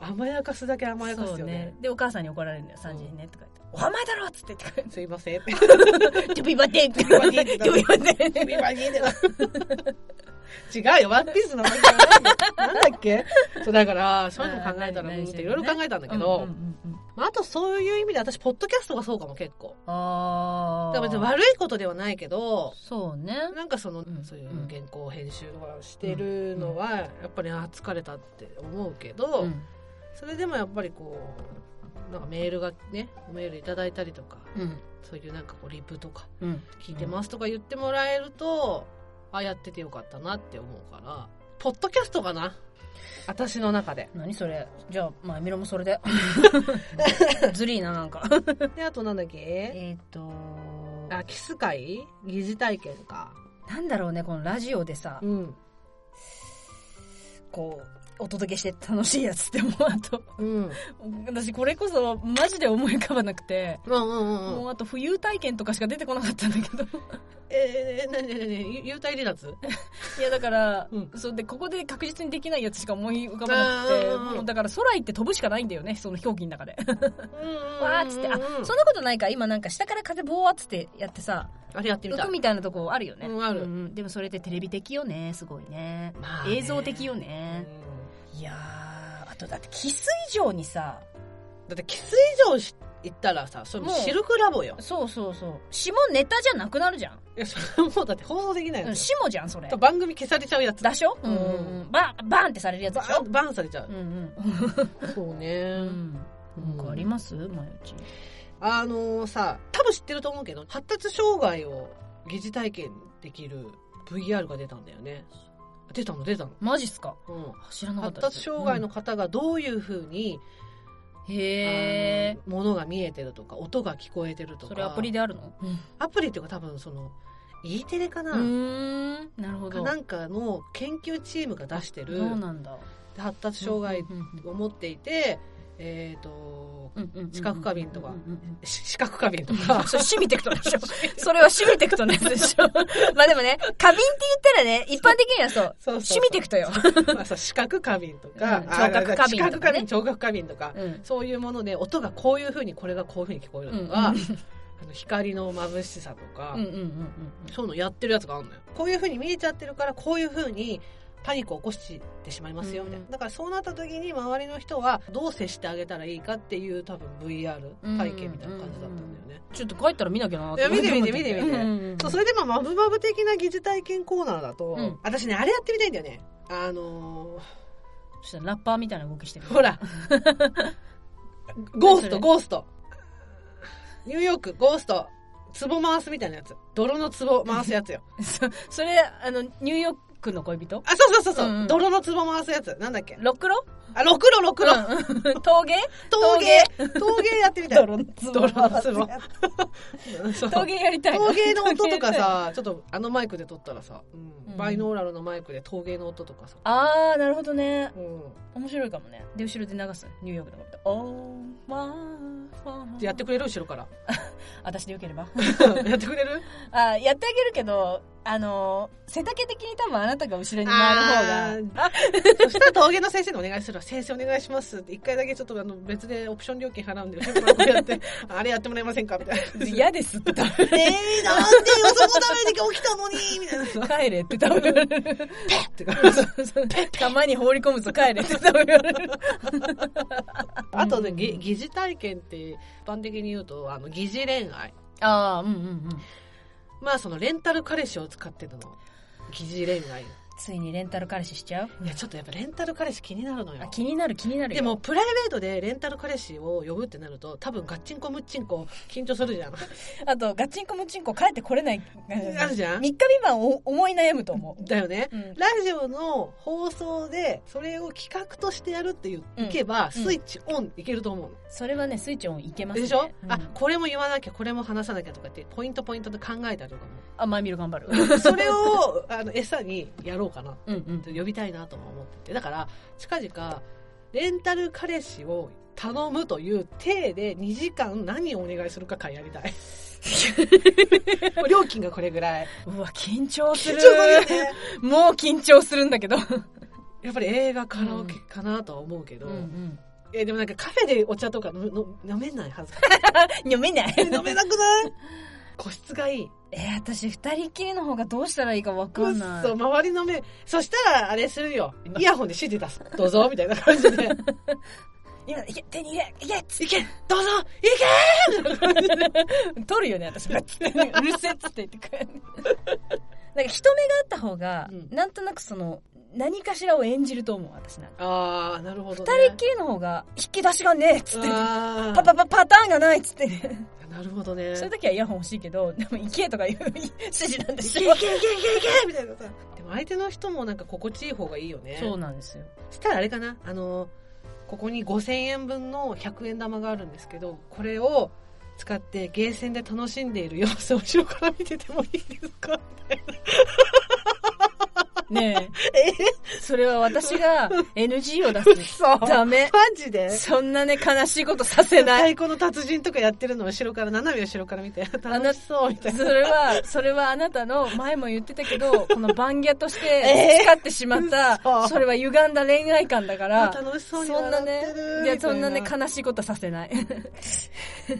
甘やかすだけ甘やかす
そう
よね
ねでお母さんに怒られるんだよ3時にねとか言って「お前だろ!」っつって言って
すいません *laughs*
「ちょびばてん!」ちょ
びばてん
びばてん
ビバリーでな違うよ、ワンピースの話じゃないんだよなんだっけそうだから、そういうのも考えたら、
あ
う
ー何
ん
何
っていろいろ考えたんだけど、
うんうんうんうん
まああとそういう意味で私、ポッドキャストがそうかも結構。
あ
だから
あ。
別に悪いことではないけど、
そうね。
なんかその、
うん
そういう原稿編集とかしてるのは、やっぱりあー疲れたって思うけど、
うん。
それでもやっぱりこう、なんかメールがね、おメールいただいたりとか、
うん。
そういうなんかこうリプとか、
うん。
聞いてますとか言ってもらえると、あ、やっててよかったなって思うから、ポッドキャストかな私の中で。 *laughs*
何それじゃあ、まあ、ミロもそれ *laughs* で。ずりーな、なんか。
で、あとなんだっけ
えっと、
あ、キス会疑似体験か。
なんだろうね、このラジオでさ、
うん。
こう、お届けして楽しいやつってもうあと、
うん。
私これこそマジで思い浮かばなくて、
うんうんう
も
ん。
うあと浮遊体験とかしか出てこなかったんだけど。
えー、なになになに幽体離脱
いやだから、
うん
そうでここで確実にできないやつしか思い浮かばなく
うん
て
うんうん
もうだから空行って飛ぶしかないんだよねその飛行機の中で
うん
わーっつってあそん
そ
なことないか今なんか下から風ボーっつってやってさ
あれやってみた
浮。みたいなとこあるよね、
うんある
んでもそれってテレビ的よねすごいね
まあね
映像的よ
う
ね、
ん
いやーあとだってキス以上にさ
だってキス以上し行ったらさ、それもう
もう
シルクラボよ。
そうそうそう詩もネタじゃなくなるじゃん
いや、それはもうだって放送できない
うん
やつ
詩もじゃんそれ
よ。番組消されちゃうやつ。
だしょ、
うん
ん、バンバンってされるやつ
バ
でし
ー
ょ
ン、バーンされちゃ
う
う。
ん
そうね。
うんうんなんかありますまゆち
あのさ、多分知ってると思うけど、発達障害を疑似体験できる VR が出たんだよね。出たの出たの。
マジっすか
うん。
知らなかっ
発
た
達障害の、方がどういう風に、
うんへえ
あのものが見えてるとか、音が聞こえてるとか。
それアプリであるの
アプリっていうか多分その、E テレか
う
な、
ーんなるほ
か
ど
なんかの研究チームが出してる、
そうなんだ
発達障害
うんうん
を持っていて、えっ、と、
うんうんうん
知覚過敏とか
うんうんうん
し視覚過敏と
あ
か、
それシミテクトでしょ *laughs* それはシミテクトのやつでしょ *laughs* まあでもね過敏って言ったらね一般的にはそう
*laughs* そうそうそう
シミテクトよ、
*laughs* まあそう視覚過敏とか、
うん
あ
聴覚過敏
視覚
とかね
過敏、聴覚過敏とか、
うん
そういうもので、音がこういうふうに、これがこういうふうに聞こえるとか、
うん
あの光の眩しさとか、
うんうんうんうん
そういうのやってるやつがあるのよ。こういうふうに見えちゃってるから、こういうふうにパニックを起こしてしまいますよ、みたいな。
うん
だからそうなった時に、周りの人はどう接してあげたらいいかっていう、多分 VR 体験みたいな感じだったんだよね。
ちょっと帰ったら見なきゃなー
い
っ
や見て見て見て見て
うんうんうん
そうそれでまあマブマブ的な疑似体験コーナーだと、
うん
私ねあれやってみたいんだよねあのー
そしたらラッパーみたいな動きしてる
*laughs* ほらゴースト
何それ
ゴーストニューヨークゴースト壺回すみたいなやつ泥の壺回すや *laughs* つよ
そそれあのニューヨークの恋人
あそうそうそうそう、
うんうん
泥の壺回すやつなんだっけ
ろくろ
あろくろろくろ *laughs*
うん陶芸
陶芸陶芸やってみたい
泥の壺
泥の壺 *laughs* そう
陶芸やりたいな
陶芸の音とかさちょっとあのマイクで撮ったらさ、うん
うん
バイノーラルのマイクで陶芸の音とかさ、
あーなるほどね
うん、
面白いかもねで後ろで流すニューヨークのことおーまーまー
やってくれる後ろから。
私でよければ *laughs*
*laughs* やってくれる
あやってあげるけどあのー背丈的に多分あなたが後ろに回る方があ
そしたら陶芸の先生にお願いするわ。先生お願いしますって。一回だけちょっとあの別でオプション料金払うんで、後ろからこうや *laughs* って、あれやってもらえませんかみたいな。
嫌ですって多
え
分
ー、なんでよ、そのために起きたのにみ *laughs* たいな。
帰れって多分言われる
ってか
そうそう *laughs* たまに放り込むと帰れって多分言われる
あとね、ぎ疑似体験って、一般的に言うと、あの、疑似恋愛。
ああうんうんうん
まあ、その、レンタル彼氏を使ってたの。疑似恋愛。
ついにレンタル彼氏しちゃう
いや、ちょっとやっぱレンタル彼氏気になるのよ
あ。気になる気になる
で
よ
も、プライベートでレンタル彼氏を呼ぶってなると、多分ガッチンコムッチンコ緊張するじゃん。
あとガチンコムチンコ帰ってこれない
あるじゃん
3日未満を思い悩むと思う
だよね、
うん
ラジオの放送でそれを企画としてやるって言
うん
いけば、スイッチオンいけると思うの、
それはねスイッチオンいけますね
でしょ、
うん
あこれも言わなきゃこれも話さなきゃとかってポイントポイントで考えたりとか
あ前見る頑張る
もそれをあの餌にやろうかな
うんうん
呼びたいなとも思っててだから近々レンタル彼氏を頼むという体で2時間何をお願いするか会やりたいもう *laughs* 料金がこれぐらいう
わ緊張する
緊張する *laughs* よね
もう緊張するんだけど
やっぱり映画カラオケかなとは思うけど、
ん
えでもなんかカフェでお茶とかのの飲めないはず
読めない
*laughs* 飲めなくない *laughs* 個室がいい
えー私二人っきりの方がどうしたらいいかわ
く
か
っ
ん
そ
ない
周りの *laughs* 目そしたらあれするよイヤホンで指示出すどうぞみたいな感じで
今、いけ、手に入れ、いけっつっ
いけどうぞ
て取るよね、私。がつってねうるせえっつって言ってくる。なんか人目があった方が、
うん
なんとなくその、何かしらを演じると思う、私なんか。
ああ、なるほど、ね。
二人っきりの方が、引き出しがねえっつって、
あー
パパパパターンがないっつって、
なるほどね。
そういう時はイヤホン欲しいけど、でも行けと
*laughs*
かいう指示なんで
い
し
けい
ょ。
けいけいけいけみたいなさ。でも相手の人もなんか心地いい方がいいよね。
そうなんですよ。
したらあれかなあのここに5000円分の100円玉があるんですけどこれを使ってゲーセンで楽しんでいる様子を後ろから見ててもいいですか
ねえ。それは私が NG を
*laughs*
出す。
そマ
ダメ。
ジで
そんなね、悲しいことさせない。
太鼓の達人とかやってるのを後ろから斜め後ろから見て
な
楽しそうみたい
そ
な
れは、それはあなたの、前も言ってたけど、このバンギャとして培ってしまった、
嘘
それは歪んだ恋愛観だから、
楽しそうに
そんな
笑
ね
ってる、
いや、そんなね、
みたい
悲しいことはさせない。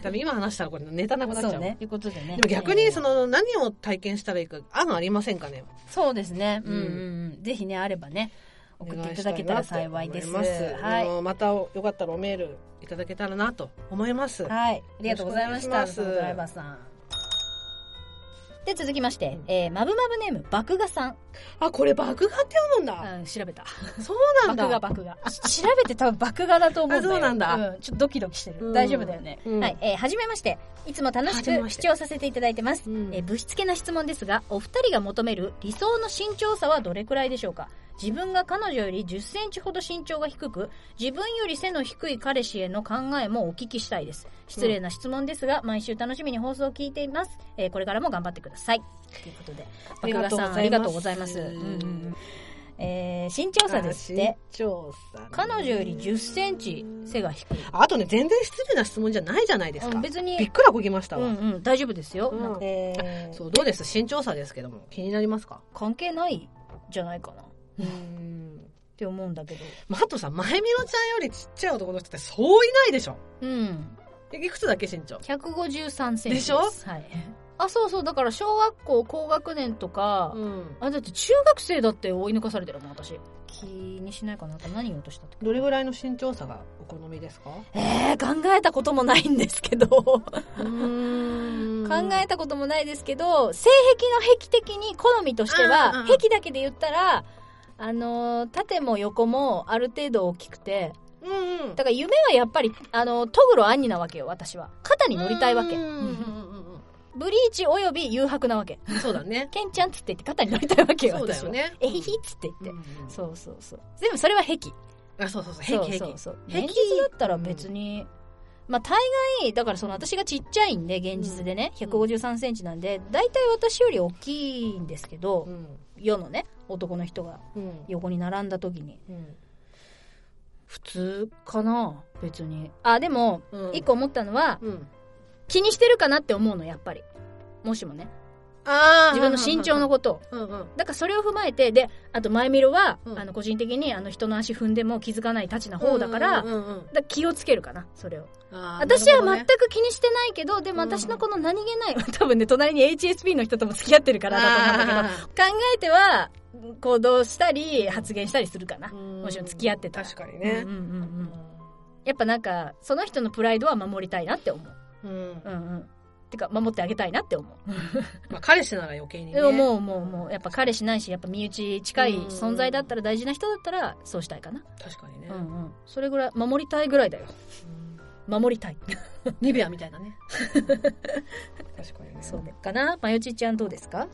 多分今話したらこれネタなくなっちゃう
いうことでね
でも逆にそ、の何を体験したらいいか案ありませんかね
そうですね。
うんうん
うん。ぜひね、あればね、
お願いしたなと思いますあ。のまたよかったらおメールいただけたらなと思います
はい。ありがとうございました。
よろしくお願いします
ドライバーさん。で、続きまして、えー、まぶまぶネーム、爆画さん。
あ、これ爆破って読むんだ。
うん、調べた。
そうなん
爆
だ。
画、爆画。 *laughs* 調べて多分爆画だと思うんだよ。
あそうなんだ
うん、ちょっとドキドキして
う
る。
ん
大丈夫だよね。
うん
はい。えー、はじめまして。いつも楽し
はじめま
く
し
視
て
聴させていただいてます。
うん
えー、ぶしつけな質問ですが、お二人が求める理想の身長差はどれくらいでしょうか自分が彼女より10センチほど身長が低く、自分より背の低い彼氏への考えもお聞きしたいです。失礼な質問ですが、毎週楽しみに放送を聞いています。えーこれからも頑張ってください。ということで、
あり
爆
がとうござい
画
ます
さん、ありがとうございます。うんうんうんえー身長差ですって。
あ。身長差ね
彼女より1 0ンチ背が低い
ああとね、全然失礼な質問じゃないじゃないです
う
か。
ん
び
別
っ
に
くらこきました
う
わ。
んうん大丈夫ですよ、
うん
なんか
えそう、どうです身長差ですけども。気になりますか
関係ないじゃないかなっ
うん。
て思うんだけど
まあ、あとさ、前みろちゃんよりちっちゃい男の人ってそういないでしょ。
うん
えいくつだっけ身長。
1 5 3ンチ
でしょ
はい、あそうそうだから小学校高学年とか、
うん。
あだって中学生だって追い抜かされてるもん私気にしないかな何言おうとしたって
どれぐらいの身長差がお好みですか
えー、考えたこともないんですけど考
うーん
えたこともないですけど性癖の癖的に好みとして
うんうん
は
うん
癖だけで言ったらあのー縦も横もある程度大きくて
うんうん
だ。から夢はやっぱりあのトグロアンニなわけよ私は肩に乗りたいわけ
うんうん
ブ
うん
リーチおよび誘白なわけ
うんそうだね。
ケンちゃんっつって言って肩に乗りたいわけよ
そうだ
私
よ
は
ね。
えひひっつって
うん
言
う
っ
ん
て
うん
そうそうそうでもそれは癖
あ、そうそうそう。平気
そ
平
うそう
気。
そう
平
現
気
実だったら別にまあ大概だからその私がちっちゃいんで現実でね1 5 3センチなんで大体私より大きいんですけど
うん。
世のね男の人が
うん。
横に並んだ時に
うん
普通かな別にあでも
うん
一個思ったのは、
うん、
気にしてるかなって思うのやっぱりもしもね
あー
自分の身長の、ことを
うんうん、
だからそれを踏まえてであと前見ろは、
うん
あの個人的にあの人の足踏んでも気づかないたちな方だから,、
うんうんうんうん
だから気をつけるかなそれを
あー
私は
なる
全く気にしてないけどでも
うん
私のこの何気ない *laughs* 多分ね隣に HSP の人とも付き合ってるからだと思うんだけど考えては行動したり発言したりするかな
ほどねうん
もちろん付き合ってたら
確かにね
うんうんうんうんやっぱなんかその人のプライドは守りたいなって思う
うん、
うんうんてか守ってあげたいなって思う
まあ、彼氏なら余計にね
でももうもうもうやっぱ彼氏ないしやっぱ身内近い
うん
存在だったら大事な人だったらそうしたいかな、
確かにね
う、んうん、それぐらい守りたいぐらいだよ守りたい *laughs*
うんニベアみたいなね確かにね
そうかなまよちちゃんどうですか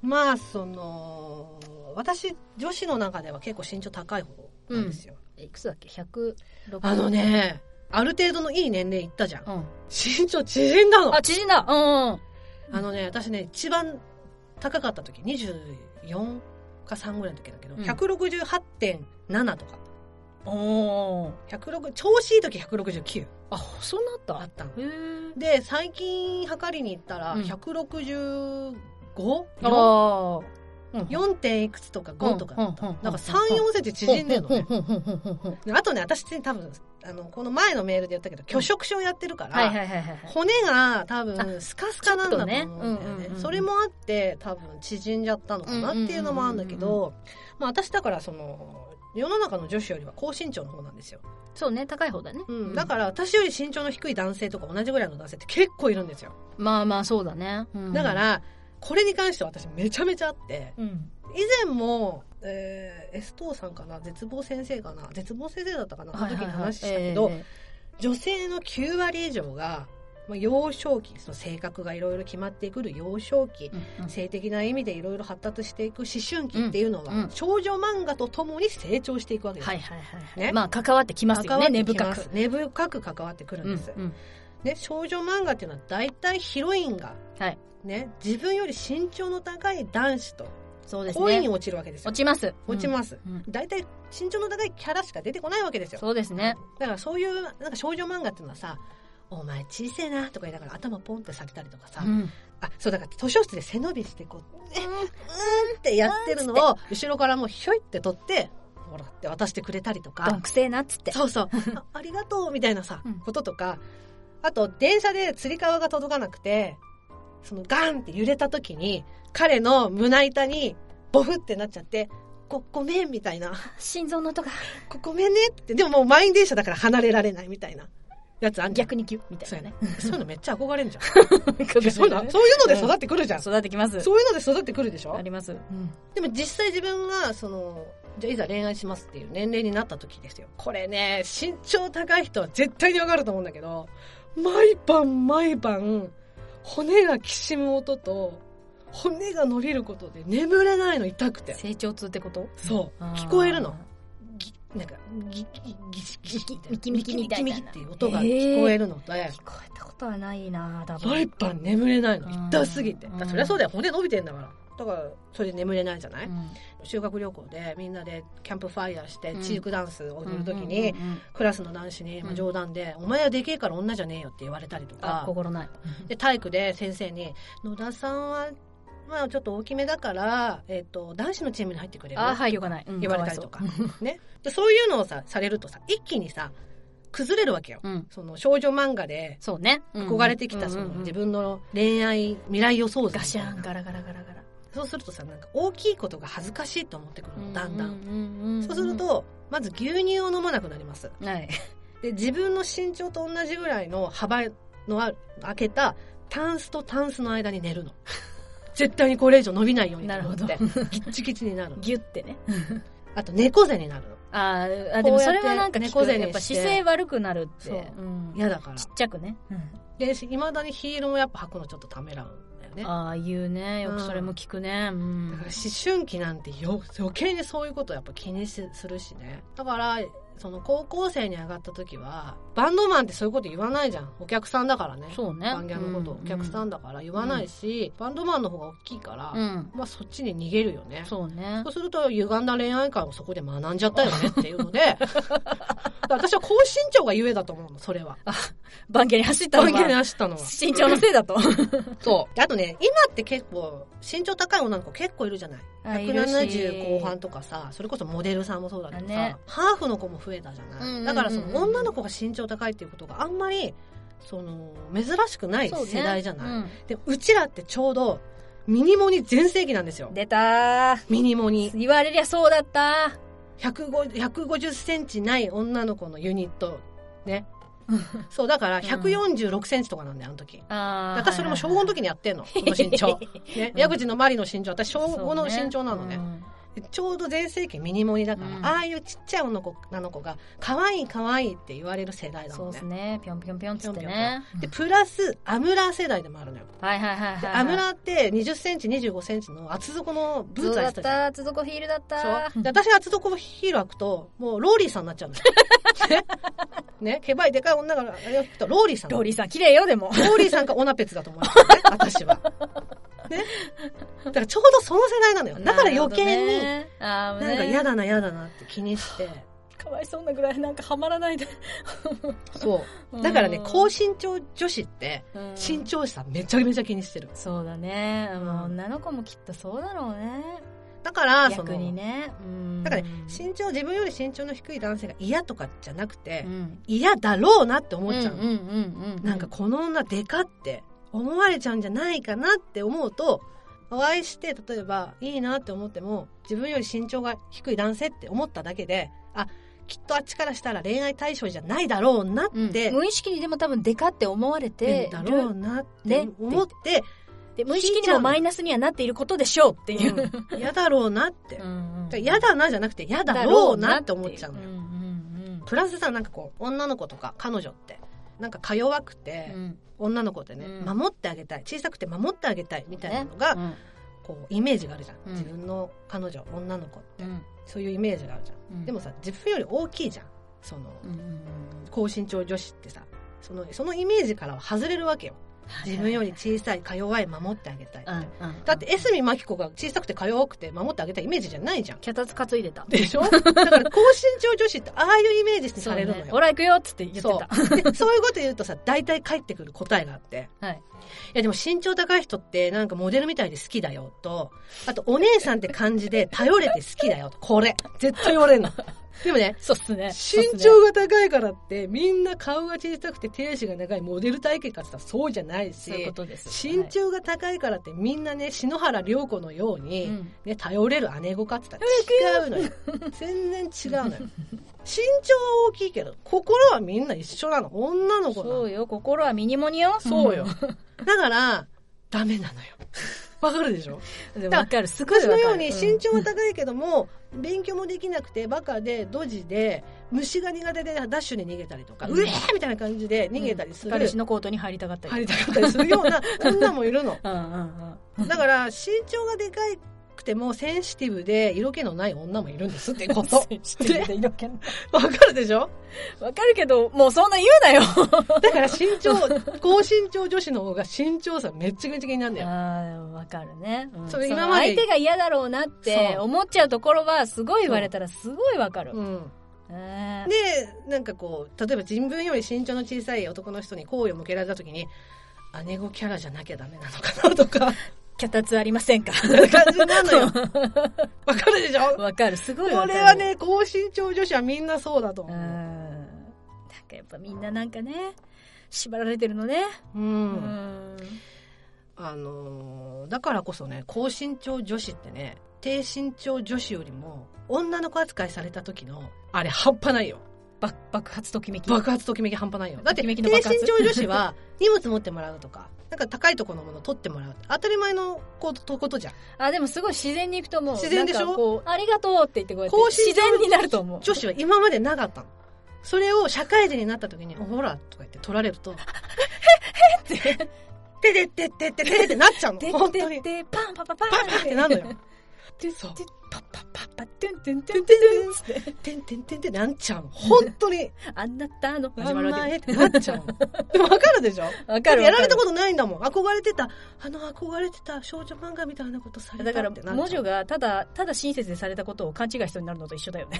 まあその私女子の中では結構身長高い方なんですよ、
いくつだっけ106
あのねある程度のいい年齢いったじゃん
うん
身長縮んだの
あ縮んだうんうん
あのね、私ね、一番高かった時、24か3ぐらいの時だけど、
うん
168.7とか、
おー
106調子いい時169
あそうなっ
あ
た
ったの。
へえ
で、最近測りに行ったら、
うん
165?4、
ああうん
4点いくつとか5とかだった。
うんうんうんうん
なんか3、4センチ縮んでるのね。
うんうんうんうんうんうん
あとね、私多分、あの、この前のメールで言ったけど、拒食症やってるから、
はいはいはいはいはい
骨が多分
あ
スカスカなんだと思うんだよね
ちょっとねうんうんうん
それもあって多分縮んじゃったのかなっていうのもあるんだけど、
うんうんう
まあ私だからその世の中の女子よりは高身長の方なんですよ、
そうね、高い方だね。
うん、だから私より身長の低い男性とか同じぐらいの男性って結構いるんですよ
まあまあ、そうだね。うん
だか、らこれに関しては私めちゃめちゃあって
うん。
以前も、えー、S 藤さんかな絶望先生かな絶望先生だったかなその時に話したけど、
はいはいはい
女性の9割以上が、まあ、幼少期その性格がいろいろ決まってくる幼少期
えー
性的な意味でいろいろ発達していく思春期っていうのは、
うんうん
少女漫画とともに成長していくわけです、
はいはいはい。
ね
まあ、関わってきますよね、根深く。
根深く関わってくるん
うんう
で
ん
す、ね、少女漫画っていうのは大体ヒロインが、
はい
ね、自分より身長の高い男子と
そうです
恋に
ね。
落ちるわけですよ
落ちます。
落ちます、
うん。うん
大体身長の高いキャラしか出てこないわけですよ
そうですね。
だからそういうなんか少女漫画っていうのはさ「お前小せえな」とか言いながら頭ポンって下げたりとかさ、
うん
あそうだから図書室で背伸びしてこうえうーんってやってるのを後ろからもうひょいって取ってもらって渡してくれたりと
どん
か
くせえなっつって。
そう
*laughs*
そうあありがとうみたいなさ、
うん
こととかあと電車でつり革が届かなくてそのガンって揺れた時に彼の胸板にボフってなっちゃってごごめんみたいな
心臓の音が
ごごめんねってでももう満員電車だから離れられないみたいなやつあんじゃん
逆にギュッみたいなね。
そういうのめっちゃ憧れんじ *laughs* ゃんいや
そ
そういうのそういうので育ってくるじゃん、
育ってきます。
そういうので育ってくるでしょ
あります。うん
でも実際自分がそのじゃあいざ恋愛しますっていう年齢になった時ですよこれね身長高い人は絶対にわかると思うんだけど毎晩毎晩骨がきしむ音と骨が伸びることで眠れないの痛くて
成長痛ってこと
そう
あー
聞こえるのぎなんかギギギギギ
ミキミキみたいな
ミキミキっていう音が聞こえるので、
聞こえたことはないな多
毎
分。
晩眠れないの
うん
痛すぎてだからそりゃそうだよ骨伸びてんだからだからそれで眠れないじゃない、
うん
修学旅行でみんなでキャンプファイヤーして
うん
チークダンスを踊る時に、
うんうんうん
クラスの男子にま
う
あ
ん
冗談で「お前はでけえから女じゃねえよ」って言われたりと
あ
か
心ない。
で体育で先生に「野田さんはまあちょっと大きめだから、えっと男子のチームに入ってくれる?」
あー配慮がない。うん *laughs*
言われたりとか。ね、でそういうのをさされるとさ一気にさ崩れるわけよ
か。わいそううん
その少女漫画で
そうね。うん
憧れてきたその
うんうんうん
自分の恋愛未来予想図み
ガシ
たいな
ャンガラガラガラガラ。
そうするとさなんか大きいことが恥ずかしいと思ってくるのだんだん、
ん
そうする。とまず牛乳を飲まなくなります
はい。
で自分の身長と同じぐらいの幅のある開けたタンスとタンスの間に寝
*laughs*
るの絶対にこれ以上伸びないように
なるほど
と思ってキッチキチになるの
ギュってね。
あと猫背になるの
あーあ、でもそれはなんか聞
こうやって猫
く
背に
やっぱ
して
姿勢悪くなるって。
そうん嫌だから
ちっちゃくね。
でいまだにヒールもやっぱ履くのちょっとためらうんだよね
ああ、言うね。よくそれも聞くね。うん
だから思春期なんてよ余計にそういうことやっぱ気にしするしねだからその高校生に上がった時はバンドマンってそういうこと言わないじゃんお客さんだからね
そうね。
バンギャのこと、お客さ
ん。
んだから言わないし、バンドマンの方が大きいから、
うん。
まあそっちに逃げるよね
そうね
そう。すると歪んだ恋愛観をそこで学んじゃったよねっていうの
*laughs*
でだから私は高身長がゆえだと思うのそれは
バンギャに走った
バン
の
ギャに
は
走ったのは
身長のせ
*laughs*
いだと。
そうであとね今って結構身長高い女の子結構いるじゃない170後半とかさそれこそモデルさんもそうだけどさ、
ね
ハーフの子も増えたじゃない、
うんうんうんうん
だからその女の子が身長高いっていうことがあんまりその珍しくない
そうね
世代じゃない
うん
でうちらってちょうどミニモニ全盛期なんですよ
出たー。
ミニモニ
言われりゃそうだった
150 150センチない女の子のユニットねそうだから146センチとかなんだよあの時
ー。ああ。
私それも小5の時にやってんの
*laughs*
その身長、ね、矢口のマリの身長私小5の身長なのねちょうど全盛期ミニモニだから、
うん
ああいうちっちゃい女の子女の子が可愛い可愛いって言われる世代だ
そ
も
うんで
ね
すね。ぴょんぴょんぴょんっつってね。
でプラスアムラー世代でもあるのよ
はいはいはいはい
で
はい。
アムラーって2 0センチ2 5センチの厚底のブー
そう
ツ履
だ
い
っ
た
て
じゃん
た。つどこヒールだった。
そうで私が厚底ヒール履くともうローリーさんになっ
*laughs*
ちゃうのよねねケバいでかい女が履くとローリーさん
ローリーさん、綺麗よ、で *laughs* も。
ローリーさんかオナペツだと思うんですよね私はねだからちょうどその世代なのよだから余計に、
に。あ
なんか嫌だな嫌だなって気にして
かわいそうなぐらいなんかハマらないで。
そう *laughs* だからね、高身長女子って、身長差めちゃめちゃ気にしてる。
そうだね。
うん
もう女の子もきっとそうだろうね。
だから、その
逆、にね。うん
だから身長、自分より身長の低い男性が嫌とかじゃなくて
う、ん
嫌だろうなって思
うん
っ
うん
ちゃう。
うんうん。
なんかこの女でかって思われちゃうんじゃないかなって思うと、お会いして例えばいいなって思っても自分より身長が低い男性って思っただけであきっとあっちからしたら恋愛対象じゃないだろうなって、
無意識にでも多分デカって思われ
で
て
だ
る
ろうなっ
ね
て思って
で無意識にもマイナスにはなっていることでしょうっていう、
うん嫌、だろうなって
う、んうん
だ嫌だなじゃなくて嫌だろうなって思っちゃうのよ、
んうん
プラスさなんかこう女の子とか彼女ってなんかか弱くて
う、ん
女の子ってね、
うん
守ってあげたい小さくて守ってあげたいみたいなの
う
が、
ん
こうイメージがあるじゃん、
うん
自分の彼女女の子って、
うん
そういうイメージがあるじゃん、
うん
でもさ自分より大きいじゃんその、
うんうんうん
高身長女子ってさそのそのイメージからは外れるわけよ自分より小さいか弱い守ってあげたい、
うんうん
だって江角真紀子が小さくてか弱くて守ってあげたいイメージじゃないじゃん
脚立担いでた
でしょだから高身長女子ってああいうイメージしてされるのよ
そうね、俺は行くよっつって言って
そう
た
で *laughs* そういうこと言うとさ大体返ってくる答えがあって、
はい、
やでも身長高い人ってなんかモデルみたいで好きだよとあとお姉さんって感じで頼れて好きだよとこれ絶対言われるのでもね
そうっすね
身長が高いからってみんな顔が小さくて手足が長いモデル体型かって言ったらそうじゃないし
そういうことです
身長が高いからってみんなね篠原涼子のように、
うん
ね、頼れる姉御かって言ったら違うのよ全然違うのよ身長は大きいけど心はみんな一緒なの女の子なの
そうよ心はミニモニよ
そうよ。だから、ダメなのよ。わかるでしょ
でもわかるすごい
私
わか
の
る
ように身長は高いけども、勉強もできなくて、バカで、ドジで、虫が苦手でダッシュで逃げたりとか、
うん
うえーみたいな感じで逃げたりする。
彼氏のコートに入りたかった
入
り
りたかったりするような女もいるの。
うんうんうん
だから、身長がでかくてもセンシティブで色気のない女もいるんですってこと。で
色気の
わかるでしょ
*laughs* わかるけど、もうそんな言うなよ。
だから身長、高身長女子の方が身長差めっちゃめちゃ気になるんだよ。
ああ、わかるね。うん
そう
その
今まで
相手が嫌だろうなって
そう
思っちゃうところは、すごい言われたらすごいわかる。
うん。
ねえ
でなんかこう例えば自分より身長の小さい男の人に好意を向けられた時に姉子キャラじゃなきゃダメなのかなと *laughs* か
脚立ありませんか *laughs*
感じなのよわかるでしょ
わかる。すごいわ
こ
かる。
れは。ね高身長女子はみんなそうだと
うん。
思
なんかやっぱみんななんかね、縛られてるのね。
ううん、
うん。
あのーだからこそね高身長女子ってね低身長女子よりも女の子扱いされた時のあれ半端ないよ
ば爆発ときめき。
爆発ときめき半端ないよだって
とき
低
め
身
きの爆発
長女子は *laughs* 荷物持ってもらうとかなんか高いところのもの取ってもらう当たり前のことことじゃん
あ、でもすごい自然に行くと思う。
自然でしょ
なんかこう、ありがとうって言ってこうやって
こう。
自然になると思う。
女子は今までなかったの。それを社会人になった時に、おほら、とか言って取られると、 *laughs* ててててててってなっちゃうの。
で
本当に。
ででパンパパパン
パンパンってなるのよ。
トゥン
そう
トゥンパッパッパッパトゥントゥントゥントゥントゥンって
てんてんてんってなっちゃうの。本当に。
あんなったの
あ
始ま
ん
るわ
ま
け
えってなっちゃうの。でもわかるでしょ
わか
だって
るわ
や
からる
れたことないんだもん。憧れてた、あの憧れてた少女漫画みたいなことされた
だから
ってなっ
文
ちゃ
字
う。
がただただ親切でされたことを勘違いしそうになるのと一緒だよね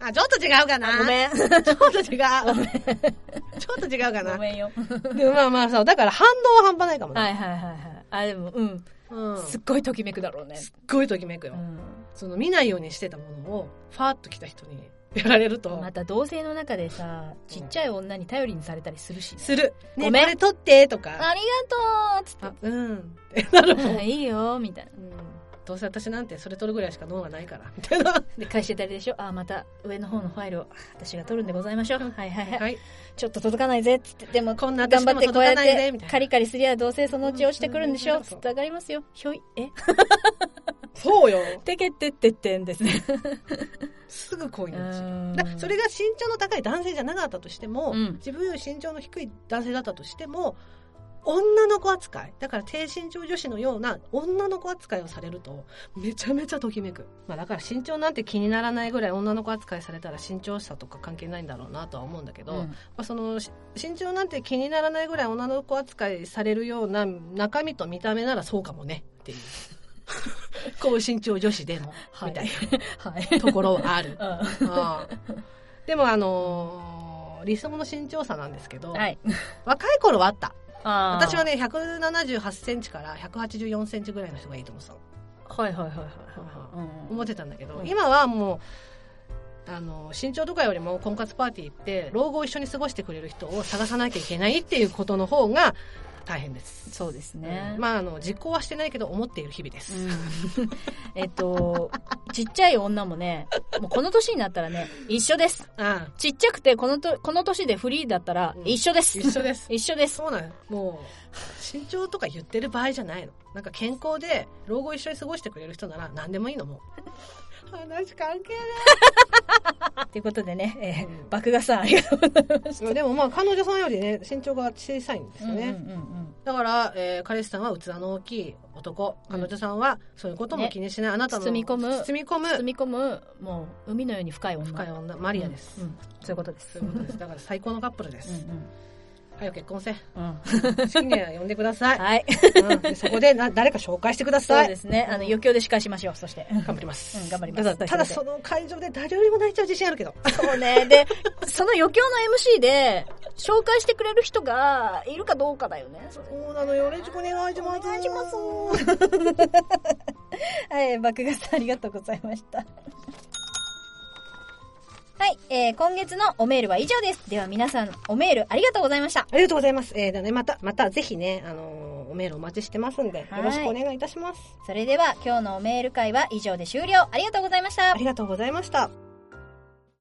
あ、ちょっと違うかな。
*laughs* ごめん
ちょっと違う。ちょっと違うか
ご
な。
めんよ
でもまあまあさ、だから反応は半端ないかも
は
ね。
いはいはいはいあでもうん
うん。す
す
っ
っごいときめくだろうね
ごいときめくよ
う。ん
その見ないようにしてたものをファーッと来た人にやられると
また同性の中でさちっちゃい女に頼りにされたりするしね
する「ね
ごめん
これ撮って」とか
ありがとうっつ
「
っ
あうん」ってなるもん、
ていいよみたいな
うんどうせ私なんてそれ撮るぐらいしか脳がないからみたいな
で返してたりでしょあまた上の方のファイルをあ私が取るんでございましょうはいはいはい
はい
ちょっと届かないぜっつってでも
こんな
頑
私
張
で
っ
も
て
届
こうや
か
っ
ないでみた
て
いな
カリカリすりゃどうせそのうち落ちてくるんでしょ
うん
つって上がりますよひょいえ
そうよ
てけてってってんですね
すぐ恋
う
に落ちる
ん
だからそれが身長の高い男性じゃなかったとしても、
うん
自分より身長の低い男性だったとしても女の子扱いだから低身長女子のような女の子扱いをされるとめちゃめちゃときめく、まあ、だから身長なんて気にならないぐらい女の子扱いされたら身長差とか関係ないんだろうなとは思うんだけど、
う
ま
ん
あ、そのし身長なんて気にならないぐらい女の子扱いされるような中身と見た目ならそうかもねっていう
*laughs*
高身長女子でも
はい
みたい
はい
なところはある。
*laughs* う
ああでもあのー理想の身長差なんですけど、
んはい
若い頃はあった私
私
はね1 7 8センチから1 8 4センチぐらいの人がいいと思ってたの
はいはいはいはい
うん思ってたんだけど、
うん
今はもうあのー身長とかよりも婚活パーティー行って老後を一緒に過ごしてくれる人を探さなきゃいけないっていうことの方が大変です。
そうですね。
まあ、あの、実行はしてないけど、思っている日々です。
うん *laughs* えっと、ちっちゃい女もね、もうこの年になったらね、一緒です。
ああ
ちっちゃくてこのと、この年でフリーだったら
うん
一緒で
*laughs*
す。。
一緒です
一緒です。
そうなのもう、身長とか言ってる場合じゃないの。なんか健康で、老後一緒に過ごしてくれる人なら、何でもいいの、もう。 *laughs* 話関係
ということでね、えー
うん
爆画さんありがとうございます。
ない。でもまあ、彼女さんよりね、身長が小さいんですよね。
うんうんうん
だから、えー彼氏さんは器の大きい男、彼女さんはそういうことも気にしない、あなたの
包み込む
包み込む
包み込む、もう海のように深い女。
深い女マリアです、
うんうんそういうことです。
そういうことですだから最高のカップルです、
う
早く結婚せ
んうんうん
好きには呼んでください、
はい。
うんでそこでな誰か紹介して *laughs* くださ
そう
い
ですね。あの、余興で司会しましょう、そして。
頑張ります、
うん頑張ります
ただただその会場で誰よりも泣いちゃう自信あるけど
そうね。で、その余興の MC で、紹介してくれる人がいるかどうかだよね。それ
そうなのよろしくお願いします
お願いしますはい、爆ガさんありがとうございました。はい、えー、今月のおメールは以上です。では皆さん、おメールありがとうございました。
ありがとうございます。えー、だね、また、また、ぜひね、あのーおメールお待ちしてますんで、よ
はい
ろしくお願いいたします。
それでは今日のおメール会は以上で終了。ありがとうございました
あ。りがとうございました。